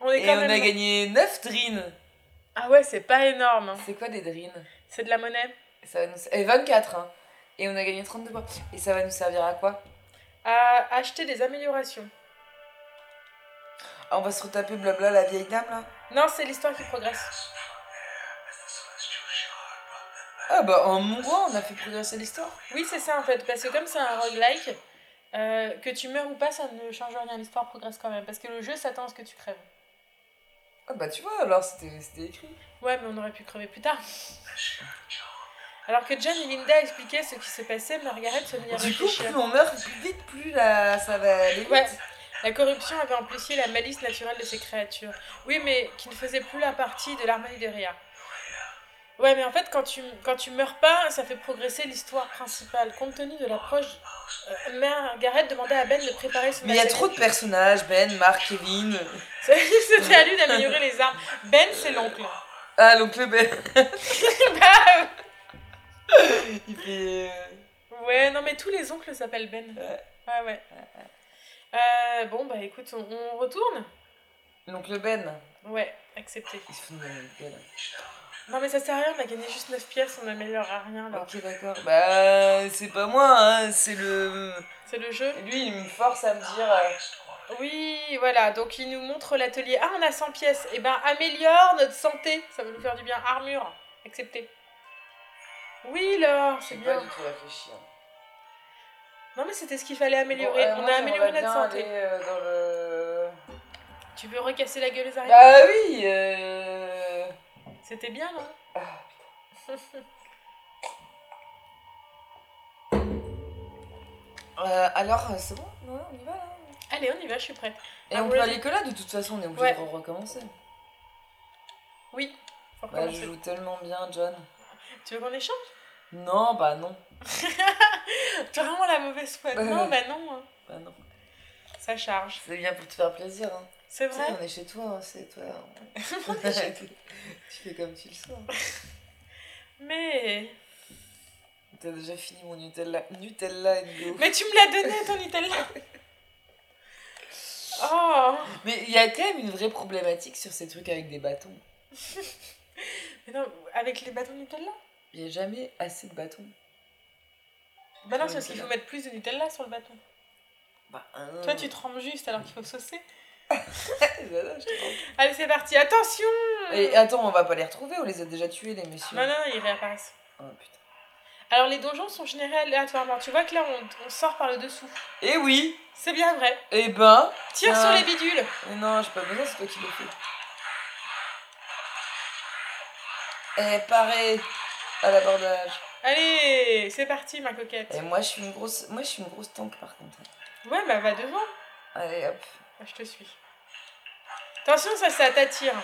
Speaker 1: On est
Speaker 2: Et
Speaker 1: quand
Speaker 2: on
Speaker 1: même...
Speaker 2: a gagné 9 drines.
Speaker 1: Ah ouais, c'est pas énorme. hein.
Speaker 2: C'est quoi des drines
Speaker 1: C'est de la monnaie.
Speaker 2: ça va nous... Et 24 hein. Et on a gagné 32 points. Et ça va nous servir à quoi
Speaker 1: À acheter des améliorations.
Speaker 2: Ah, On va se retaper blabla la vieille dame là
Speaker 1: Non, c'est l'histoire qui progresse.
Speaker 2: Ah bah en mourant on a fait progresser l'histoire.
Speaker 1: Oui, c'est ça en fait. Parce que comme c'est un roguelike, euh, que tu meurs ou pas, ça ne change rien. L'histoire progresse quand même. Parce que le jeu s'attend à ce que tu crèves.
Speaker 2: Ah bah tu vois alors c'était c'était écrit.
Speaker 1: Ouais, mais on aurait pu crever plus tard. Alors que John et Linda expliquaient ce qui se passait, Margaret se mit à
Speaker 2: Du coup
Speaker 1: réfléchir.
Speaker 2: plus on meurt plus vite plus la... ça va aller vite.
Speaker 1: hein. Ouais. La corruption avait amplifié la malice naturelle de ces créatures. Oui, mais qui ne faisait plus la partie de l'harmonie de Rhea. Ouais, mais en fait, quand tu, quand tu meurs pas, ça fait progresser l'histoire principale. Compte tenu de l'approche, euh, Margaret demandait à Ben de préparer son
Speaker 2: Mais il y a
Speaker 1: matériel.
Speaker 2: trop de personnages Ben, Marc, Kevin.
Speaker 1: C'était à lui d'améliorer les armes. Ben, c'est l'oncle.
Speaker 2: Ah l'oncle Ben
Speaker 1: Bah,
Speaker 2: il fait... euh,
Speaker 1: Ouais, non, mais tous les oncles s'appellent Ben.
Speaker 2: Ouais.
Speaker 1: Ah ouais. Euh, bon, bah écoute, on, on retourne
Speaker 2: L'oncle Ben.
Speaker 1: Ouais, accepté.
Speaker 2: Ils se Ben. foutent de notre gueule.
Speaker 1: Non, mais ça sert à rien, on a gagné juste 9 pièces, on n'améliorera rien là.
Speaker 2: Ok d'accord. Bah c'est pas moi hein, c'est le...
Speaker 1: C'est le jeu.
Speaker 2: Lui il me force à me dire... euh,
Speaker 1: Oui, voilà, donc il nous montre l'atelier. Ah, on a 100 pièces. Eh ben, améliore notre santé. Ça va nous faire du bien. Armure, accepté. Oui, Laure,
Speaker 2: Je
Speaker 1: c'est
Speaker 2: sais pas
Speaker 1: bien.
Speaker 2: du tout réfléchi. hein.
Speaker 1: Non, mais c'était ce qu'il fallait
Speaker 2: Bon,
Speaker 1: améliorer.
Speaker 2: euh,
Speaker 1: on
Speaker 2: moi,
Speaker 1: a
Speaker 2: j'aimerais
Speaker 1: amélioré notre
Speaker 2: bien
Speaker 1: santé.
Speaker 2: aller, euh, dans le...
Speaker 1: Tu veux recasser la gueule aux araignées
Speaker 2: Bah oui euh...
Speaker 1: C'était bien, non
Speaker 2: Euh, alors, euh, c'est bon Ouais, on y va là.
Speaker 1: Allez, on y va, je suis prête.
Speaker 2: Et
Speaker 1: Ah,
Speaker 2: on
Speaker 1: ouais,
Speaker 2: peut
Speaker 1: j'ai-
Speaker 2: aller que là, de toute façon, on est obligé
Speaker 1: Ouais.
Speaker 2: de recommencer.
Speaker 1: Oui, faut
Speaker 2: Bah, je
Speaker 1: recommencer.
Speaker 2: joue tellement bien, John.
Speaker 1: Tu veux qu'on échange
Speaker 2: Non, bah non.
Speaker 1: T'es vraiment la mauvaise foi.
Speaker 2: Ouais.
Speaker 1: Non, bah non, hein.
Speaker 2: Bah non.
Speaker 1: ça charge.
Speaker 2: C'est bien pour te faire plaisir. Hein.
Speaker 1: C'est
Speaker 2: Tu
Speaker 1: vrai.
Speaker 2: sais, on est chez toi, hein, c'est toi.
Speaker 1: On est chez
Speaker 2: tu fais comme tu le sens.
Speaker 1: Mais.
Speaker 2: T'as déjà fini mon Nutella. Nutella Nio.
Speaker 1: Mais tu me l'as donné, ton Nutella Oh
Speaker 2: Mais il y a quand même une vraie problématique sur ces trucs avec des bâtons.
Speaker 1: Mais non, avec les bâtons de Nutella
Speaker 2: Il n'y a jamais assez de bâtons.
Speaker 1: Bah non,
Speaker 2: Oui,
Speaker 1: c'est parce qu'il
Speaker 2: Nutella.
Speaker 1: faut mettre plus de Nutella sur le bâton.
Speaker 2: Bah, un...
Speaker 1: Toi, tu trempes juste alors qu'il faut saucer.
Speaker 2: Voilà, je te comprends.
Speaker 1: Allez, c'est parti, attention
Speaker 2: Et euh, attends, on va pas les retrouver, on les a déjà tués, les messieurs.
Speaker 1: Ah, Non, non, non, ils réapparaissent.
Speaker 2: Oh, putain.
Speaker 1: Alors, les donjons sont générés aléatoirement. Tu vois que là, on, on sort par le dessous.
Speaker 2: Eh oui
Speaker 1: C'est bien vrai.
Speaker 2: Eh ben
Speaker 1: Tire
Speaker 2: Ah.
Speaker 1: sur les bidules
Speaker 2: Mais non, j'ai pas besoin, c'est toi qui le fais. Eh, pareil à l'abordage.
Speaker 1: Allez, c'est parti, ma coquette.
Speaker 2: Et moi, je suis une grosse, moi, je suis une grosse tank par contre.
Speaker 1: Ouais, bah va devant.
Speaker 2: Allez, hop.
Speaker 1: Ah, Je te suis. Attention, ça, ça t'attire.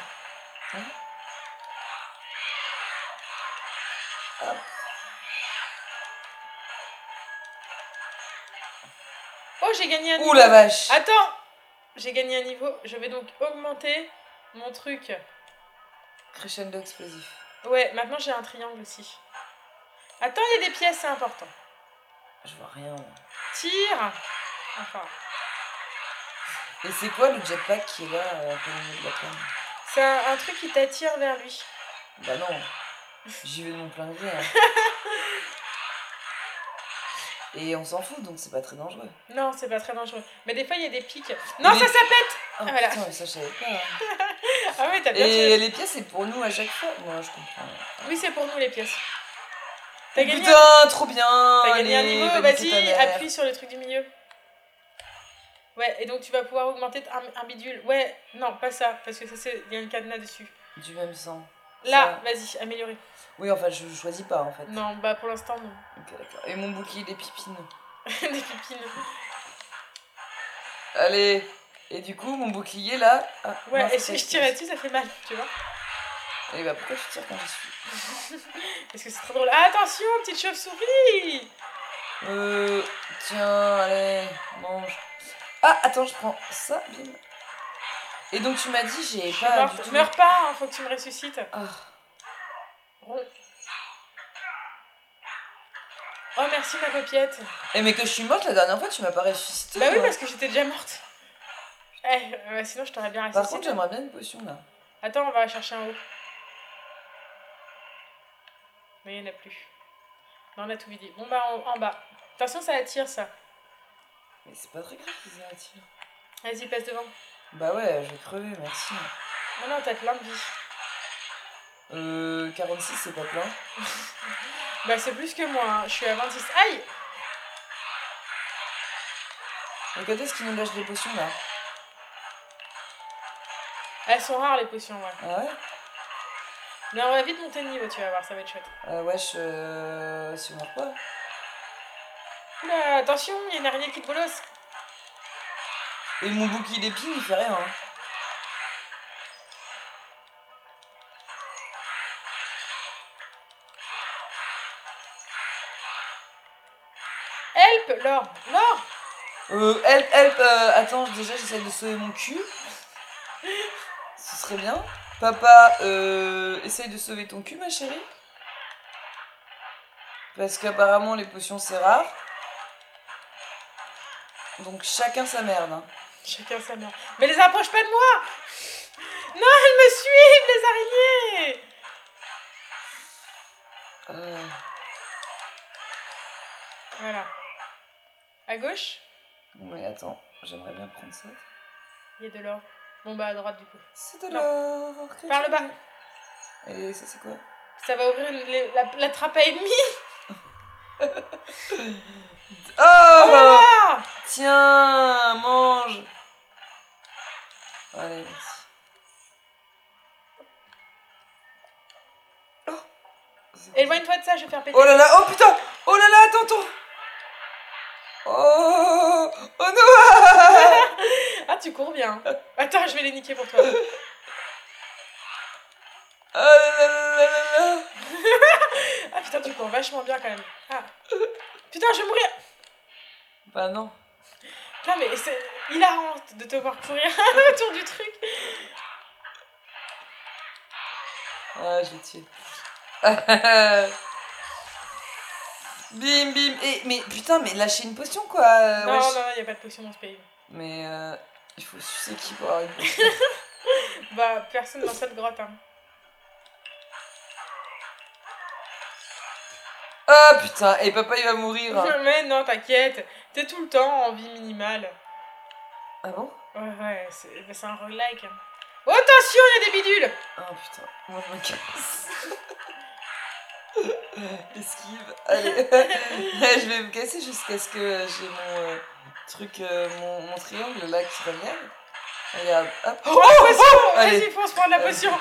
Speaker 1: Oh, j'ai gagné un niveau.
Speaker 2: Ouh la vache.
Speaker 1: Attends J'ai gagné un niveau. Je vais donc augmenter mon truc.
Speaker 2: Crescendo explosif.
Speaker 1: Ouais, maintenant j'ai un triangle aussi. Attends, il y a des pièces, c'est important.
Speaker 2: Je vois rien. moi.
Speaker 1: Tire Enfin,
Speaker 2: Et c'est quoi le jetpack qui est là euh, à peu milieu de la plaine
Speaker 1: c'est un, un truc qui t'attire vers lui.
Speaker 2: Bah non. J'y vais de mon plein gré. hein. Et on s'en fout, donc c'est pas très dangereux. Oh,
Speaker 1: Non, c'est pas très dangereux. Mais des fois, il y a des pics. Non,
Speaker 2: Il
Speaker 1: ça,
Speaker 2: est-
Speaker 1: ça pète
Speaker 2: Ah,
Speaker 1: Voilà.
Speaker 2: putain, mais ça, je savais pas. hein.
Speaker 1: Ah ouais, t'as bien
Speaker 2: Et
Speaker 1: fait.
Speaker 2: les pièces, c'est pour nous à chaque fois. Moi, je comprends.
Speaker 1: Oui, c'est pour nous les pièces. T'as
Speaker 2: Oh,
Speaker 1: gagné,
Speaker 2: Putain,
Speaker 1: un-
Speaker 2: trop bien
Speaker 1: t'as gagné un
Speaker 2: allez,
Speaker 1: niveau,
Speaker 2: va niquer ta
Speaker 1: vas-y,
Speaker 2: mère.
Speaker 1: appuie sur le truc du milieu. Ouais, et donc tu vas pouvoir augmenter un, un bidule. Ouais, non, pas ça, parce que ça, c'est- il y a une cadenas dessus.
Speaker 2: Du même sang.
Speaker 1: Là, vas-y, améliorer.
Speaker 2: Oui, enfin, je choisis pas, en fait.
Speaker 1: Non, bah pour l'instant, non.
Speaker 2: Ok, d'accord. Et mon bouclier, des pipines.
Speaker 1: Des pipines.
Speaker 2: Allez Et du coup, mon bouclier, là... ah,
Speaker 1: Ouais,
Speaker 2: mince,
Speaker 1: et si
Speaker 2: c'est
Speaker 1: je
Speaker 2: pas-
Speaker 1: tire dessus, ça fait mal, tu vois.
Speaker 2: Et bah, pourquoi je tire quand je suis...
Speaker 1: Parce que c'est trop drôle. Ah, attention, petite chauve-souris
Speaker 2: Euh... Tiens, allez, mange. Ah, attends, je prends ça, bim. Et donc, tu m'as dit, j'ai
Speaker 1: Je
Speaker 2: pas
Speaker 1: meurs-
Speaker 2: du tout...
Speaker 1: Meurs pas, hein, faut que tu me ressuscites.
Speaker 2: Ah,
Speaker 1: Bon. Oh, merci ma copiette.
Speaker 2: Eh, mais que je suis morte la dernière fois, tu m'as pas ressuscité.
Speaker 1: Bah oui,
Speaker 2: moi.
Speaker 1: parce que j'étais déjà morte. Eh, euh, sinon je t'aurais bien
Speaker 2: Par
Speaker 1: ressuscité.
Speaker 2: contre, j'aimerais bien une potion, là.
Speaker 1: Attends, on va chercher un haut. Mais il n'y en a plus. Non, on a tout vidé. Bon, bah en, en bas. Attention, ça attire ça.
Speaker 2: Mais c'est pas très grave qu'ils aient un tir.
Speaker 1: Vas-y, passe devant.
Speaker 2: Bah ouais, je vais crever, merci.
Speaker 1: Non, non, t'as plein de vie.
Speaker 2: Euh... 46, c'est pas plein.
Speaker 1: Bah, c'est plus que moi. hein. Je suis à 26. Aïe
Speaker 2: Mais quand est-ce qu'ils nous lâchent des potions, là
Speaker 1: Elles sont rares les potions, ouais.
Speaker 2: Ah ouais
Speaker 1: Mais on va vite monter de niveau, tu vas voir, ça va être chouette.
Speaker 2: Euh, wesh, euh, si on meurt pas.
Speaker 1: Oula, attention, il y a une araignée qui te bolosse.
Speaker 2: Et mon bouclier d'épines, il fait rien. Hein.
Speaker 1: Help, Laure Laure
Speaker 2: Euh, help, help, euh, attends, déjà j'essaie de sauver mon cul. Ce serait bien. Papa, euh, essaye de sauver ton cul, ma chérie. Parce qu'apparemment, les potions, c'est rare. Donc chacun sa merde. hein.
Speaker 1: Chacun sa mère. Mais les approche pas de moi Non, elles me suivent, les araignées
Speaker 2: Euh,
Speaker 1: Voilà. À gauche,
Speaker 2: mais attends, j'aimerais bien prendre ça.
Speaker 1: il y a de l'or. Bon, bah à droite du coup.
Speaker 2: C'est de
Speaker 1: Non.
Speaker 2: l'or. que
Speaker 1: Par
Speaker 2: tu
Speaker 1: le bas.
Speaker 2: veux. Et ça, c'est quoi
Speaker 1: Ça va ouvrir une- les- la, la trappe à ennemis
Speaker 2: oh
Speaker 1: Ah
Speaker 2: Tiens, mange Allez, merci. Oh.
Speaker 1: Éloigne-toi de ça, je vais faire péter.
Speaker 2: Oh là là, oh putain Oh là là, attends, attends Oh Oh non
Speaker 1: Ah, tu cours bien. Attends, je vais les niquer pour toi.
Speaker 2: Ah là là là là là là.
Speaker 1: Ah putain, tu cours vachement bien quand même. Ah. Putain, je vais mourir
Speaker 2: Bah non.
Speaker 1: Non mais c'est hilarant de te voir courir autour du truc.
Speaker 2: Ah, je l'ai tué. bim, bim. Et, mais putain, mais lâchez une potion, quoi. euh,
Speaker 1: non,
Speaker 2: wesh.
Speaker 1: non, non, il a pas de potion dans ce pays.
Speaker 2: Mais euh, il faut sucer qui pour avoir une potion.
Speaker 1: Bah, personne dans cette grotte. Hein.
Speaker 2: Ah putain, et papa il va mourir.
Speaker 1: mais non, t'inquiète. T'es tout le temps en vie minimale.
Speaker 2: Ah bon
Speaker 1: Ouais, ouais, c'est bah, c'est un roguelike. hein. Oh, attention, il y a des bidules
Speaker 2: Ah putain, moi je me casse. Esquive. Allez, Eh, je vais me casser jusqu'à ce que j'ai mon euh, truc, euh, mon, mon triangle là qui revienne. Regarde, hop.
Speaker 1: Oh, la potion
Speaker 2: allez.
Speaker 1: Vas-y, fonce, prends de la
Speaker 2: Allez.
Speaker 1: potion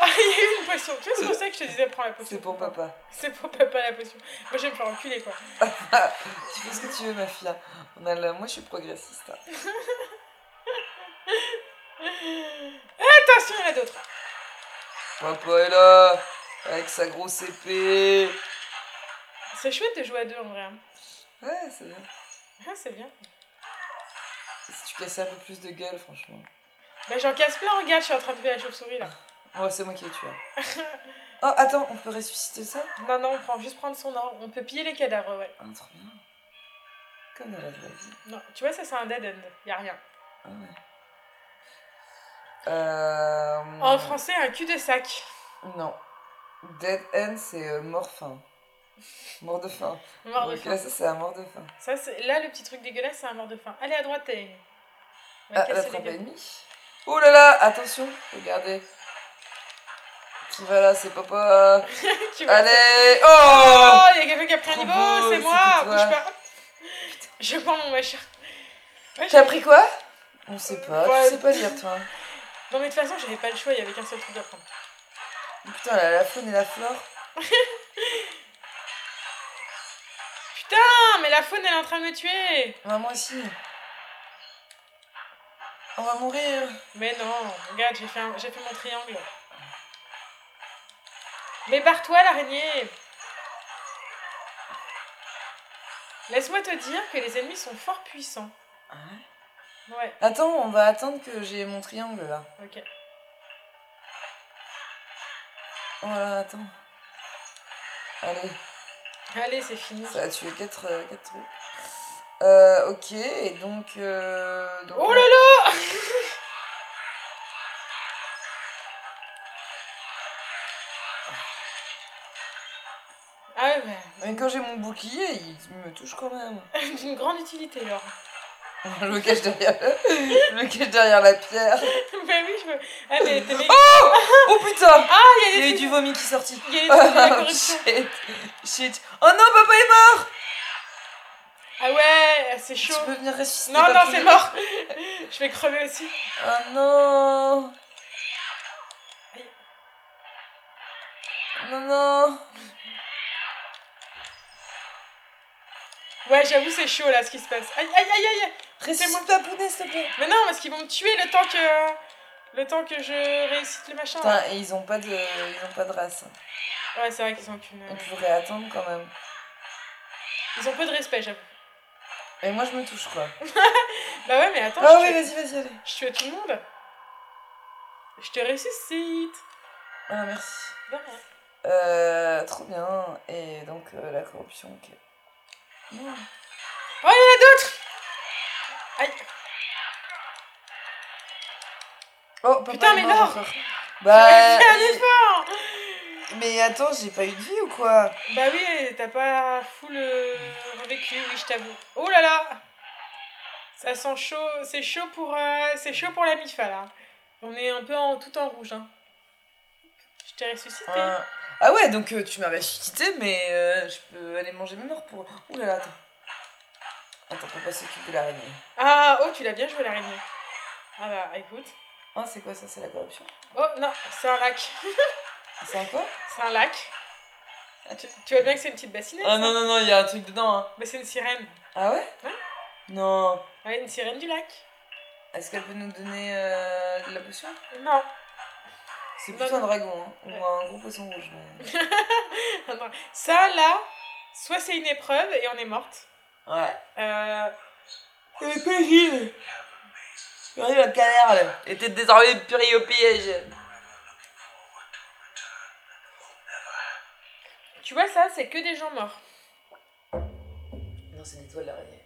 Speaker 1: Ah, il y a eu une potion. Tu vois, c'est pour ça que je te disais, prends la potion.
Speaker 2: C'est pour papa.
Speaker 1: C'est pour papa la potion. Moi, je vais me faire enculer, quoi.
Speaker 2: Tu fais ce que tu veux, ma fille. hein. On a la- Moi je suis progressiste. hein.
Speaker 1: Attention, il y en a d'autres.
Speaker 2: Papa est là, avec sa grosse épée.
Speaker 1: C'est chouette de jouer à deux, en vrai. hein.
Speaker 2: Ouais, c'est bien.
Speaker 1: Ah, c'est bien.
Speaker 2: Si tu cassais un peu plus de gueule, franchement.
Speaker 1: Bah, j'en casse plein, regarde, je suis en train de faire la chauve-souris, là.
Speaker 2: Bon, c'est moi qui ai tué. hein. Oh, attends, on peut ressusciter ça
Speaker 1: Non, non, on prend juste prendre son or. On peut piller les cadavres, ouais.
Speaker 2: Ah, trop bien. Comme dans la vraie vie.
Speaker 1: Non, tu vois, ça c'est un dead end. Y a rien.
Speaker 2: Ah ouais. Euh...
Speaker 1: En français, un cul de sac.
Speaker 2: Non. Dead end, c'est euh, mort faim. Mort de faim.
Speaker 1: Mort de
Speaker 2: Donc,
Speaker 1: faim.
Speaker 2: Là, ça, c'est la mort de faim.
Speaker 1: Ça, c'est... Là, le petit truc dégueulasse, c'est un mort de faim. Allez à droite, t'es. On va
Speaker 2: Ah, la
Speaker 1: casser les
Speaker 2: trappe
Speaker 1: gueules.
Speaker 2: ennemie. Oh là là, attention, regardez. Qui va là, c'est papa.
Speaker 1: Tu vois,
Speaker 2: Allez, oh
Speaker 1: Oh, il y a quelqu'un qui a pris un
Speaker 2: Trop
Speaker 1: niveau,
Speaker 2: beau,
Speaker 1: c'est
Speaker 2: c'était
Speaker 1: moi,
Speaker 2: toi.
Speaker 1: bouge pas. Je prends mon machin. Ouais,
Speaker 2: T'as
Speaker 1: j'ai-
Speaker 2: pris quoi On sait pas,
Speaker 1: Ouais.
Speaker 2: tu sais pas lire toi.
Speaker 1: Non, mais de toute façon, j'avais pas le choix, il y avait qu'un seul truc à prendre.
Speaker 2: Putain, la, la faune et la flore.
Speaker 1: Ah, mais la faune, elle est en train de me tuer.
Speaker 2: Ah, moi aussi. On va mourir.
Speaker 1: Mais non, regarde, j'ai fait, un- j'ai fait mon triangle. Mais barre-toi, l'araignée. Laisse-moi te dire que les ennemis sont fort puissants. Hein Ouais,
Speaker 2: Attends, on va attendre que j'ai mon triangle là.
Speaker 1: ok.
Speaker 2: Voilà, Oh attends. Allez,
Speaker 1: Allez, c'est fini.
Speaker 2: ça a tué 4 trucs. Euh, ok, et donc. euh, donc
Speaker 1: Oh là là Ah ouais, bah,
Speaker 2: Mais quand j'ai mon bouclier, il me touche quand même.
Speaker 1: d'une grande utilité, alors.
Speaker 2: Je le cache derrière, je le cache derrière la pierre.
Speaker 1: bah oui, je veux... Ah, mais t'avais...
Speaker 2: Oh putain
Speaker 1: Ah, il y
Speaker 2: Il y
Speaker 1: a
Speaker 2: a
Speaker 1: des
Speaker 2: eu du
Speaker 1: trucs...
Speaker 2: vomi qui est sorti.
Speaker 1: Il y a des trucs de la
Speaker 2: Oh
Speaker 1: corruption.
Speaker 2: shit, shit. Oh non, papa est mort
Speaker 1: Ah ouais, c'est chaud.
Speaker 2: Tu peux venir ressusciter
Speaker 1: Non, non,
Speaker 2: papy
Speaker 1: c'est mort. je vais crever aussi.
Speaker 2: Oh non Non, non
Speaker 1: Ouais, j'avoue, c'est chaud, là, ce qui se passe. Aïe, aïe, aïe, aïe.
Speaker 2: Ressuscite papounet, s'il te plaît
Speaker 1: Mais non, parce qu'ils vont me tuer le temps que... Le temps que je réussite le machin.
Speaker 2: Putain, et ils ont pas de, ils ont pas de race.
Speaker 1: Ouais, c'est vrai qu'ils ont aucune...
Speaker 2: On pourrait attendre quand même.
Speaker 1: Ils ont peu de respect, j'avoue.
Speaker 2: Et moi, je me touche, quoi.
Speaker 1: Bah ouais, mais attends,
Speaker 2: Ah
Speaker 1: je,
Speaker 2: oui,
Speaker 1: tue...
Speaker 2: vas-y, vas-y, allez.
Speaker 1: je tue tout le monde. Je te ressuscite.
Speaker 2: Ah, merci.
Speaker 1: De rien.
Speaker 2: Euh, trop bien. Et donc, euh, la corruption, ok.
Speaker 1: Oh,
Speaker 2: Non.
Speaker 1: Aïe.
Speaker 2: Oh, papa
Speaker 1: Putain,
Speaker 2: est
Speaker 1: mais
Speaker 2: mort
Speaker 1: non.
Speaker 2: encore. Bah...
Speaker 1: Fais un
Speaker 2: et- Mais attends, j'ai pas eu de vie ou quoi
Speaker 1: Bah oui, t'as pas full euh, vécu, oui, je t'avoue. Oh là là Ça sent chaud, c'est chaud pour euh, c'est chaud pour la Mifa là. On est un peu en tout en rouge hein. Je t'ai ressuscité.
Speaker 2: Euh, Ah ouais, donc euh, tu m'as ressuscité, mais euh, je peux aller manger mes morts pour... Ouh là là, attends. Attends, papa s'occupe de l'araignée.
Speaker 1: Ah oh, tu l'as bien joué l'araignée. Ah bah écoute.
Speaker 2: Ah, c'est quoi ça C'est la corruption
Speaker 1: Oh non, c'est un lac.
Speaker 2: C'est un quoi
Speaker 1: C'est un lac. Ah, Tu, tu vois bien que c'est une petite bassinette.
Speaker 2: Ah
Speaker 1: ça
Speaker 2: non, non, non, il y a un truc dedans. Hein.
Speaker 1: Mais c'est une sirène.
Speaker 2: Ah ouais
Speaker 1: Ouais.
Speaker 2: Non.
Speaker 1: Ouais, une sirène du lac.
Speaker 2: Est-ce qu'elle peut nous donner euh, de la potion
Speaker 1: Non.
Speaker 2: C'est
Speaker 1: Non,
Speaker 2: plutôt
Speaker 1: non.
Speaker 2: un dragon, hein.
Speaker 1: Ouais.
Speaker 2: Ou un gros poisson rouge. mais-
Speaker 1: Non. Ça là, soit c'est une épreuve et on est morte.
Speaker 2: Ouais.
Speaker 1: Euh,
Speaker 2: Et péril Péril Eh, la canarde était désormais péril au piège.
Speaker 1: tu vois ça, c'est que des gens morts.
Speaker 2: Non, c'est l'étoile d'araignée.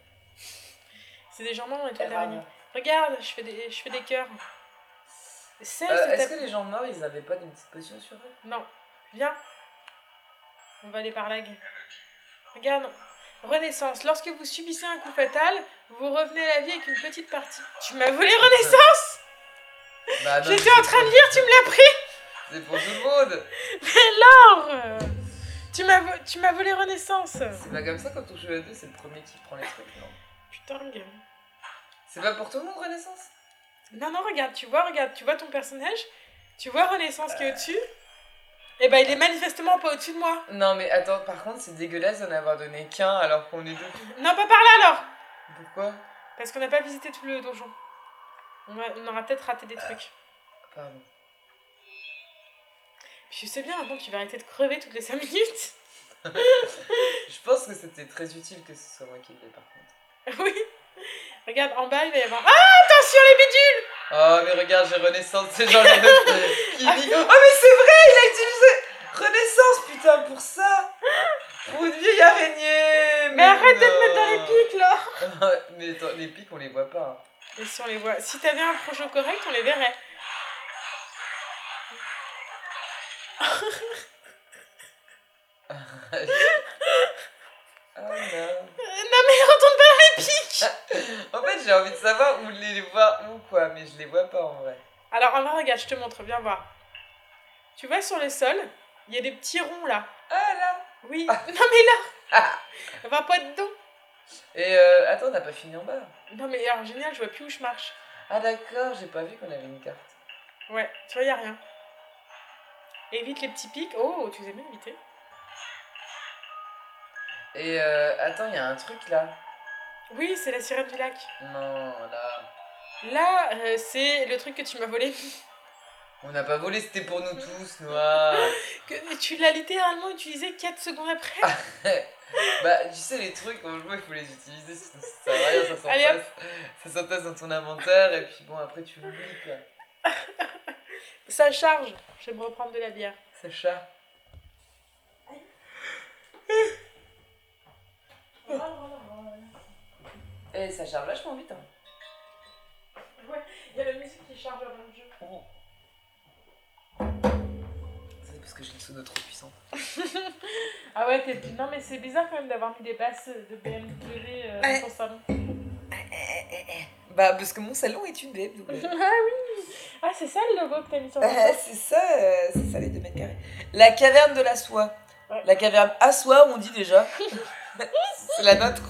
Speaker 1: C'est des jambons
Speaker 2: Eh
Speaker 1: et tout
Speaker 2: ben,
Speaker 1: d'araignée.
Speaker 2: Euh,
Speaker 1: Regarde, je fais des, je fais des cœurs. C'est
Speaker 2: Euh,
Speaker 1: c'est
Speaker 2: Est-ce
Speaker 1: ta-
Speaker 2: que les gens morts, ils avaient pas une petite potion sur eux
Speaker 1: Non, viens. On va aller par la gueule. Regarde. Renaissance. Lorsque vous subissez un coup fatal, vous revenez à la vie avec une petite partie. Tu m'as volé Renaissance
Speaker 2: Bah, non,
Speaker 1: J'étais
Speaker 2: c'est
Speaker 1: en train de
Speaker 2: pour-
Speaker 1: lire, tu me l'as pris
Speaker 2: C'est pour tout le monde
Speaker 1: alors euh, Tu m'as vo- tu m'as volé Renaissance
Speaker 2: C'est pas comme ça quand on joue à deux, c'est le premier qui prend les trucs, non
Speaker 1: Putain, le gars.
Speaker 2: C'est pas pour tout le monde, Renaissance
Speaker 1: Non, non, regarde, tu vois, regarde, tu vois ton personnage Tu vois Renaissance
Speaker 2: Euh.
Speaker 1: qui est au-dessus Eh ben, il est manifestement pas au-dessus de moi.
Speaker 2: Non, mais attends, par contre, c'est dégueulasse d'en avoir donné qu'un alors qu'on est deux.
Speaker 1: Non, pas par là alors
Speaker 2: Pourquoi
Speaker 1: Parce qu'on n'a pas visité tout le donjon. On, va- on aura peut-être raté des trucs.
Speaker 2: Pardon.
Speaker 1: Puis je sais bien, maintenant tu vas arrêter de crever toutes les 5 minutes.
Speaker 2: Je pense que c'était très utile que ce soit moi qui le dé, par contre.
Speaker 1: oui. Regarde, en bas, il va y avoir. Ah, attention les bidules
Speaker 2: Oh, mais regarde, j'ai Renaissance, c'est genre le meuf qui dit. Oh, mais c'est
Speaker 1: Ah,
Speaker 2: vrai, il a utilisé Renaissance, putain, pour ça Pour une vieille araignée
Speaker 1: Mais, arrête de me mettre dans
Speaker 2: pics
Speaker 1: les pics là
Speaker 2: Mais attends, les pics, on les voit pas. hein.
Speaker 1: Et si on les voit. Si t'avais un projet correct, on les verrait.
Speaker 2: Oh non. hein.
Speaker 1: Euh, Non
Speaker 2: Ah,
Speaker 1: mais retourne pas dans les pique
Speaker 2: En fait, j'ai envie de savoir où les voir où quoi, mais je les vois pas en vrai.
Speaker 1: Alors, on va regarde, je te montre, viens voir. Tu vois, sur le sol, il y a des petits ronds là.
Speaker 2: Ah là
Speaker 1: Oui, non mais là Va pas dedans
Speaker 2: Et euh, attends, on n'a pas fini en bas.
Speaker 1: Non mais alors, génial, je vois plus où je marche.
Speaker 2: Ah d'accord, j'ai pas vu qu'on avait une carte.
Speaker 1: Ouais, tu vois, il a rien. Évite les petits pics. Oh, tu les as bien évités.
Speaker 2: Et euh, attends, il y a un truc là.
Speaker 1: Oui, c'est la sirène du lac.
Speaker 2: Non, là.
Speaker 1: Là, euh, c'est le truc que tu m'as volé.
Speaker 2: On n'a pas volé, c'était pour nous ah. tous, Noah.
Speaker 1: Que tu l'as littéralement utilisé 4 secondes après.
Speaker 2: bah, tu sais, les trucs, franchement, il faut les utiliser, sinon ça sert à rien, ça
Speaker 1: Allez, hop.
Speaker 2: s'entasse. Ça s'entasse dans ton inventaire, et puis bon, après tu l'oublies quoi.
Speaker 1: Ça charge. Je vais me reprendre de la bière.
Speaker 2: Sacha. Eh, ça charge vachement vite, hein.
Speaker 1: Il y a la musique qui charge avant le jeu.
Speaker 2: Oh. C'est parce que j'ai une sono trop puissante.
Speaker 1: Ah ouais, t'es... non mais c'est bizarre quand même d'avoir mis des basses de BMW euh,
Speaker 2: Ouais.
Speaker 1: dans ton salon. Eh,
Speaker 2: Bah, parce que mon salon est une BMW.
Speaker 1: ah oui Ah c'est ça le logo que t'as mis sur ton
Speaker 2: Euh,
Speaker 1: salon
Speaker 2: c'est ça, euh, c'est ça les deux mètres carrés. La caverne de la soie.
Speaker 1: Ouais.
Speaker 2: La caverne à soie, on dit déjà. c'est la nôtre.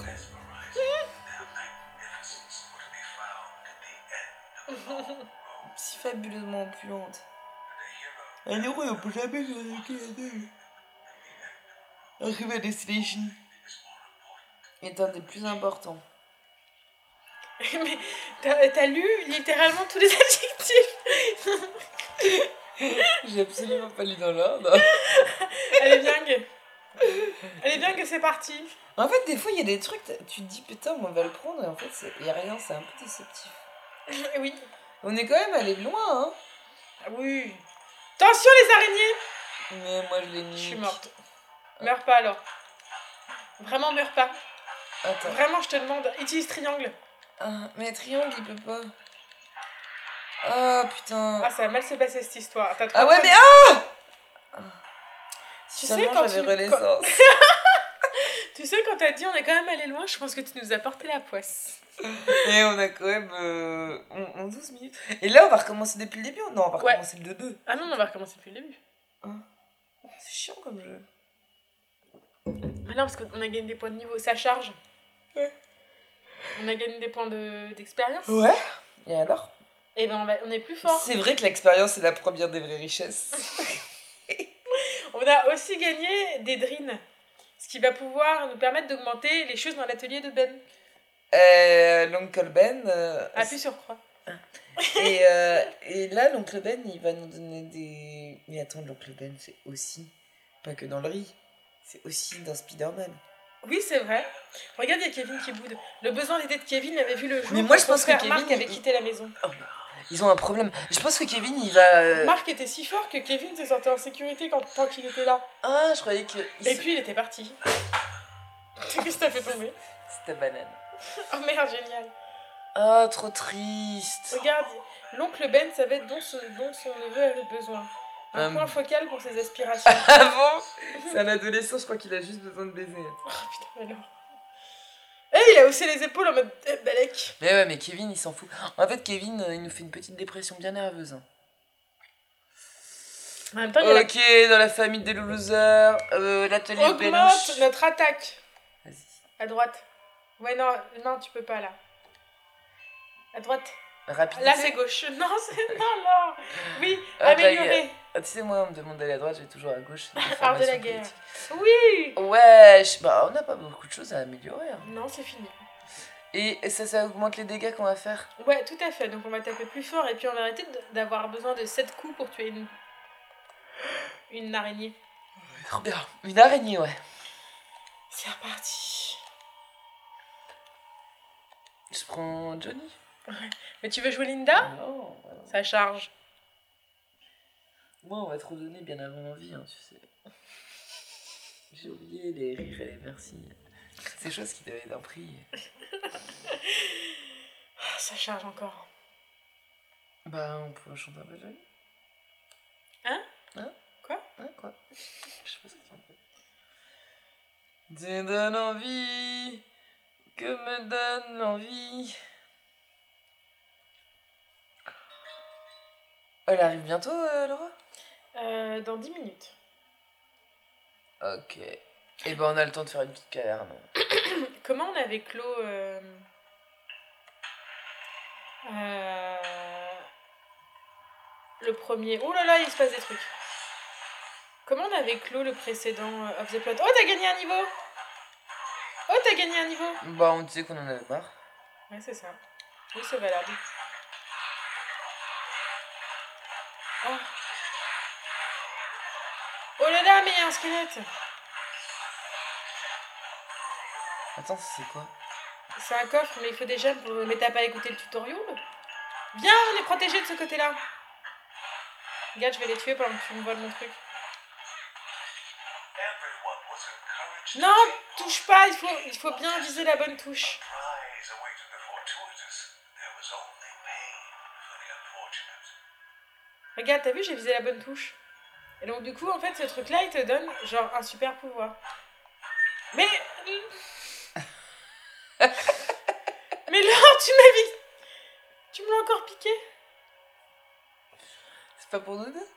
Speaker 2: si fabuleusement opulente. Un héros ne peut jamais se arrêter à deux. Arrive à Destination est un des plus importants.
Speaker 1: Mais t'as, t'as lu littéralement tous les adjectifs
Speaker 2: J'ai absolument pas lu dans l'ordre.
Speaker 1: Elle est dingue Elle est dingue, c'est parti
Speaker 2: En fait, des fois, il y a des trucs, t- tu te dis putain, on va le prendre, et en fait, c'est- il y a rien, c'est un peu déceptif.
Speaker 1: Oui
Speaker 2: On est quand même allé loin, hein.
Speaker 1: Ah Oui Attention les araignées
Speaker 2: Mais moi, je l'ai
Speaker 1: Je
Speaker 2: mis.
Speaker 1: suis morte. Meurs pas alors. Vraiment meurs pas.
Speaker 2: Attends.
Speaker 1: Vraiment, je te demande, utilise triangle.
Speaker 2: Ah, mais triangle, il peut pas. Ah putain.
Speaker 1: Ah, ça va mal se passer cette histoire. T'as
Speaker 2: Ah
Speaker 1: trois
Speaker 2: ouais,
Speaker 1: fois-
Speaker 2: mais ah
Speaker 1: tu sais
Speaker 2: Seulement,
Speaker 1: quand
Speaker 2: j'avais
Speaker 1: tu... quand-
Speaker 2: renaissance.
Speaker 1: tu sais quand t'as dit on est quand même allé loin, je pense que tu nous as porté la poisse.
Speaker 2: Et on a quand même. euh, on, on 12 minutes. Et là, on va recommencer depuis le début. Non, on va
Speaker 1: Ouais.
Speaker 2: recommencer le 2-2.
Speaker 1: Ah non, on va recommencer depuis le début.
Speaker 2: C'est chiant comme jeu.
Speaker 1: Ah non, parce qu'on a gagné des points de niveau, ça charge.
Speaker 2: Ouais.
Speaker 1: On a gagné des points de- d'expérience.
Speaker 2: Ouais. Et alors
Speaker 1: Et ben on, va- on est plus fort.
Speaker 2: C'est vrai que l'expérience est la première des vraies richesses.
Speaker 1: On a aussi gagné des drines. Ce qui va pouvoir nous permettre d'augmenter les choses dans l'atelier de Ben.
Speaker 2: Euh, L'oncle Ben. euh,
Speaker 1: Appuie sur croix.
Speaker 2: Et, euh, et là, l'oncle Ben, il va nous donner des. Mais attends, l'oncle Ben, c'est aussi. Pas que dans le riz. C'est aussi dans Spider-Man.
Speaker 1: Oui, c'est vrai. Regarde, il y a Kevin qui boude. Le besoin d'aider de Kevin avait vu le jour.
Speaker 2: Mais moi,
Speaker 1: où
Speaker 2: je
Speaker 1: son
Speaker 2: pense que
Speaker 1: frère
Speaker 2: Kevin,
Speaker 1: Marc avait
Speaker 2: il-
Speaker 1: quitté la maison.
Speaker 2: Ils ont un problème. Je pense que Kevin, il va. euh,
Speaker 1: Marc était si fort que Kevin se sentait en sécurité quand, tant qu'il était là.
Speaker 2: Ah, je croyais que. il
Speaker 1: Et
Speaker 2: se-
Speaker 1: puis, il était parti. Qu'est-ce que t'as fait tomber
Speaker 2: C'était banane.
Speaker 1: Oh merde, génial.
Speaker 2: Ah, trop triste.
Speaker 1: Regarde, l'oncle Ben savait dont, ce- dont son neveu avait besoin. Un
Speaker 2: Hum.
Speaker 1: point focal pour ses aspirations. oh
Speaker 2: Ah bon C'est un adolescent, je crois qu'il a juste besoin de baiser.
Speaker 1: Oh, putain, alors. Eh, il a haussé les épaules en mode eh, Balek.
Speaker 2: Mais ouais, mais Kevin, il s'en fout. En fait, Kevin, euh, il nous fait une petite dépression bien nerveuse. hein.
Speaker 1: En même temps, il
Speaker 2: Ok, dans la famille des losers, euh, l'atelier
Speaker 1: a la...
Speaker 2: de Belouche.
Speaker 1: augmente notre attaque
Speaker 2: Vas-y,
Speaker 1: à droite. Ouais, non, non, tu peux pas là. À droite.
Speaker 2: rapidité.
Speaker 1: Là, c'est gauche. Non, c'est. Non, non. Oui,
Speaker 2: Ah, de la
Speaker 1: améliorer.
Speaker 2: Ah, tu sais, moi, on me demande d'aller à droite, je vais toujours à gauche. c'est une
Speaker 1: Art de la
Speaker 2: formation
Speaker 1: guerre.
Speaker 2: politique.
Speaker 1: Oui.
Speaker 2: Ouais, je- bah, on n'a pas beaucoup de choses à améliorer. hein.
Speaker 1: Non, c'est fini.
Speaker 2: Et ça, ça augmente les dégâts qu'on va faire.
Speaker 1: Ouais, tout à fait. Donc, on va taper plus fort et puis on va arrêter de- d'avoir besoin de 7 coups pour tuer une. Une araignée.
Speaker 2: Trop bien. Une araignée, ouais.
Speaker 1: C'est reparti.
Speaker 2: Je prends Johnny. Oh.
Speaker 1: Mais tu veux jouer Linda
Speaker 2: Non,
Speaker 1: Ça charge.
Speaker 2: Moi, on va trop donner bien avant l'envie, hein, tu sais. J'ai oublié les rires et les merci. Ces choses qui devaient être un prix.
Speaker 1: Ah, ça charge encore.
Speaker 2: Bah, on peut chanter un peu Johnny.
Speaker 1: Hein
Speaker 2: Hein
Speaker 1: Quoi
Speaker 2: Hein, quoi Je sais pas ce que tu en fais. Tu donnes envie que me
Speaker 1: me donne envie.
Speaker 2: Elle arrive bientôt, euh, Laura
Speaker 1: Euh, dans 10 minutes.
Speaker 2: Ok. Et ben on a le temps de faire une petite caverne.
Speaker 1: Comment on avait clos. euh, euh, Le premier. Oh là là, il se passe des trucs. Comment on avait clos le précédent euh, of the plot Oh, t'as gagné un niveau Oh, t'as gagné un niveau
Speaker 2: Bah on disait qu'on en avait marre.
Speaker 1: Ouais, c'est ça. Oui, c'est valable. Oh. Oh là là, mais il y a un squelette
Speaker 2: Attends, c'est quoi
Speaker 1: C'est un coffre, mais il faut déjà... Mais t'as pas écouté le tutoriel Viens, on est protégé de ce côté-là Regarde, je vais les tuer pendant que tu me voles mon truc.
Speaker 3: Everyone was encouraged
Speaker 1: Non,
Speaker 3: to take
Speaker 1: touche pas, il faut, il faut bien viser la bonne touche.
Speaker 3: prize awaited the fortuitous. There was only pain for the unfortunate.
Speaker 1: Regarde, t'as vu, j'ai visé la bonne touche. Et donc du coup, en fait, ce truc-là, il te donne genre un super pouvoir. Mais... Mais là, tu m'as vi... Tu me l'as encore piqué
Speaker 2: C'est pas pour nous deux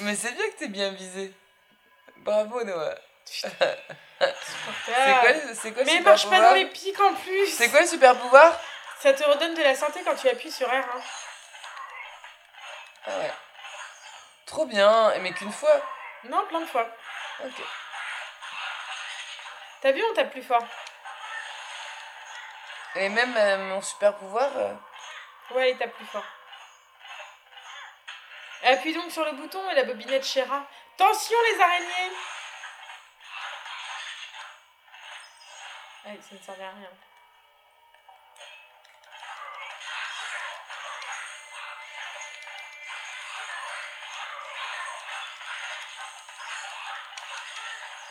Speaker 2: Mais c'est bien que t'es bien visé. Bravo Noah. C'est quoi,
Speaker 1: Supportable.
Speaker 2: le- c'est quoi le
Speaker 1: Ah. Mais
Speaker 2: super
Speaker 1: marche pas
Speaker 2: pouvoir
Speaker 1: dans les pics en plus
Speaker 2: C'est quoi le super pouvoir
Speaker 1: Ça te redonne de la santé quand tu appuies sur R. hein.
Speaker 2: Ah ouais. Trop bien, mais qu'une fois.
Speaker 1: Non, plein de fois.
Speaker 2: Ok.
Speaker 1: T'as vu, on tape plus fort.
Speaker 2: Et même euh, mon super pouvoir. euh,
Speaker 1: Ouais, il tape plus fort. Appuie donc sur le bouton et la bobinette Shera. Tension les araignées Ouais, ça ne servait à rien.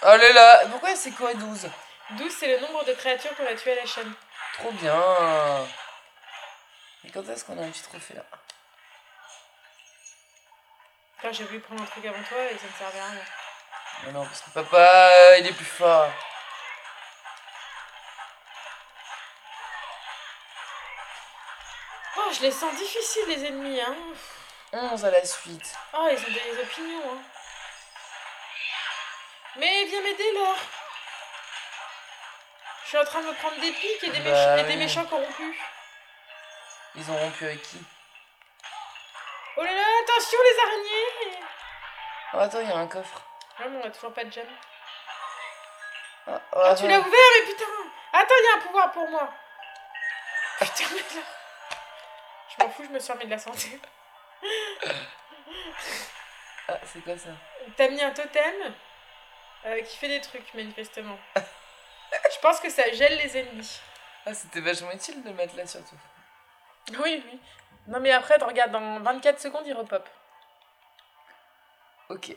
Speaker 2: Oh là là Pourquoi c'est quoi 12
Speaker 1: 12, c'est le nombre de créatures qu'on a tuées à la chaîne.
Speaker 2: Trop bien Mais quand est-ce qu'on a un petit trophée là
Speaker 1: Putain, j'ai voulu prendre un truc avant toi et ça ne servait à rien.
Speaker 2: Mais non, parce que papa, euh, il est plus fort.
Speaker 1: Oh, je les sens difficiles, les ennemis, hein.
Speaker 2: 11 à la suite.
Speaker 1: Oh, ils ont des opinions, hein. Mais viens m'aider, Laure Je suis en train de me prendre des piques et des,
Speaker 2: Bah
Speaker 1: méch- et des
Speaker 2: oui.
Speaker 1: méchants corrompus.
Speaker 2: Ils ont rompu avec qui
Speaker 1: Oh là là, attention les araignées
Speaker 2: Oh attends, il y a un coffre.
Speaker 1: Ouais, mais on a toujours pas de gemme.
Speaker 2: Ah,
Speaker 1: Ah,
Speaker 2: ah,
Speaker 1: tu l'as ouvert, mais putain Attends, il y a un pouvoir pour moi Putain, mais là... Je m'en fous, je me suis remis de la santé.
Speaker 2: ah, c'est quoi ça
Speaker 1: T'as mis un totem euh, qui fait des trucs, manifestement. Je pense que ça gèle les ennemis.
Speaker 2: Ah, c'était vachement utile de mettre là surtout.
Speaker 1: Oui, oui. Non, mais après, regarde, dans 24 secondes, il repop.
Speaker 2: Ok.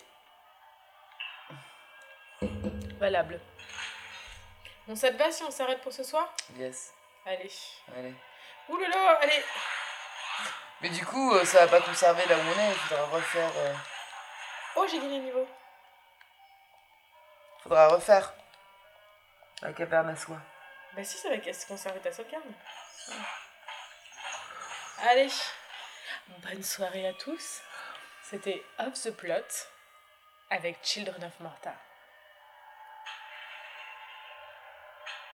Speaker 1: Valable. Bon, ça te va si on s'arrête pour ce soir
Speaker 2: Yes.
Speaker 1: Allez.
Speaker 2: Allez.
Speaker 1: Ouh là là, allez
Speaker 2: Mais du coup, euh, ça va pas conserver là où on est. Il faudra refaire. euh,
Speaker 1: Oh, j'ai gagné un niveau.
Speaker 2: Faudra refaire. La caverne à soi.
Speaker 1: Bah si, ça va se conserver ta sauvegarde. Allez, bonne soirée à tous. C'était Off the Plot avec Children of Mortar.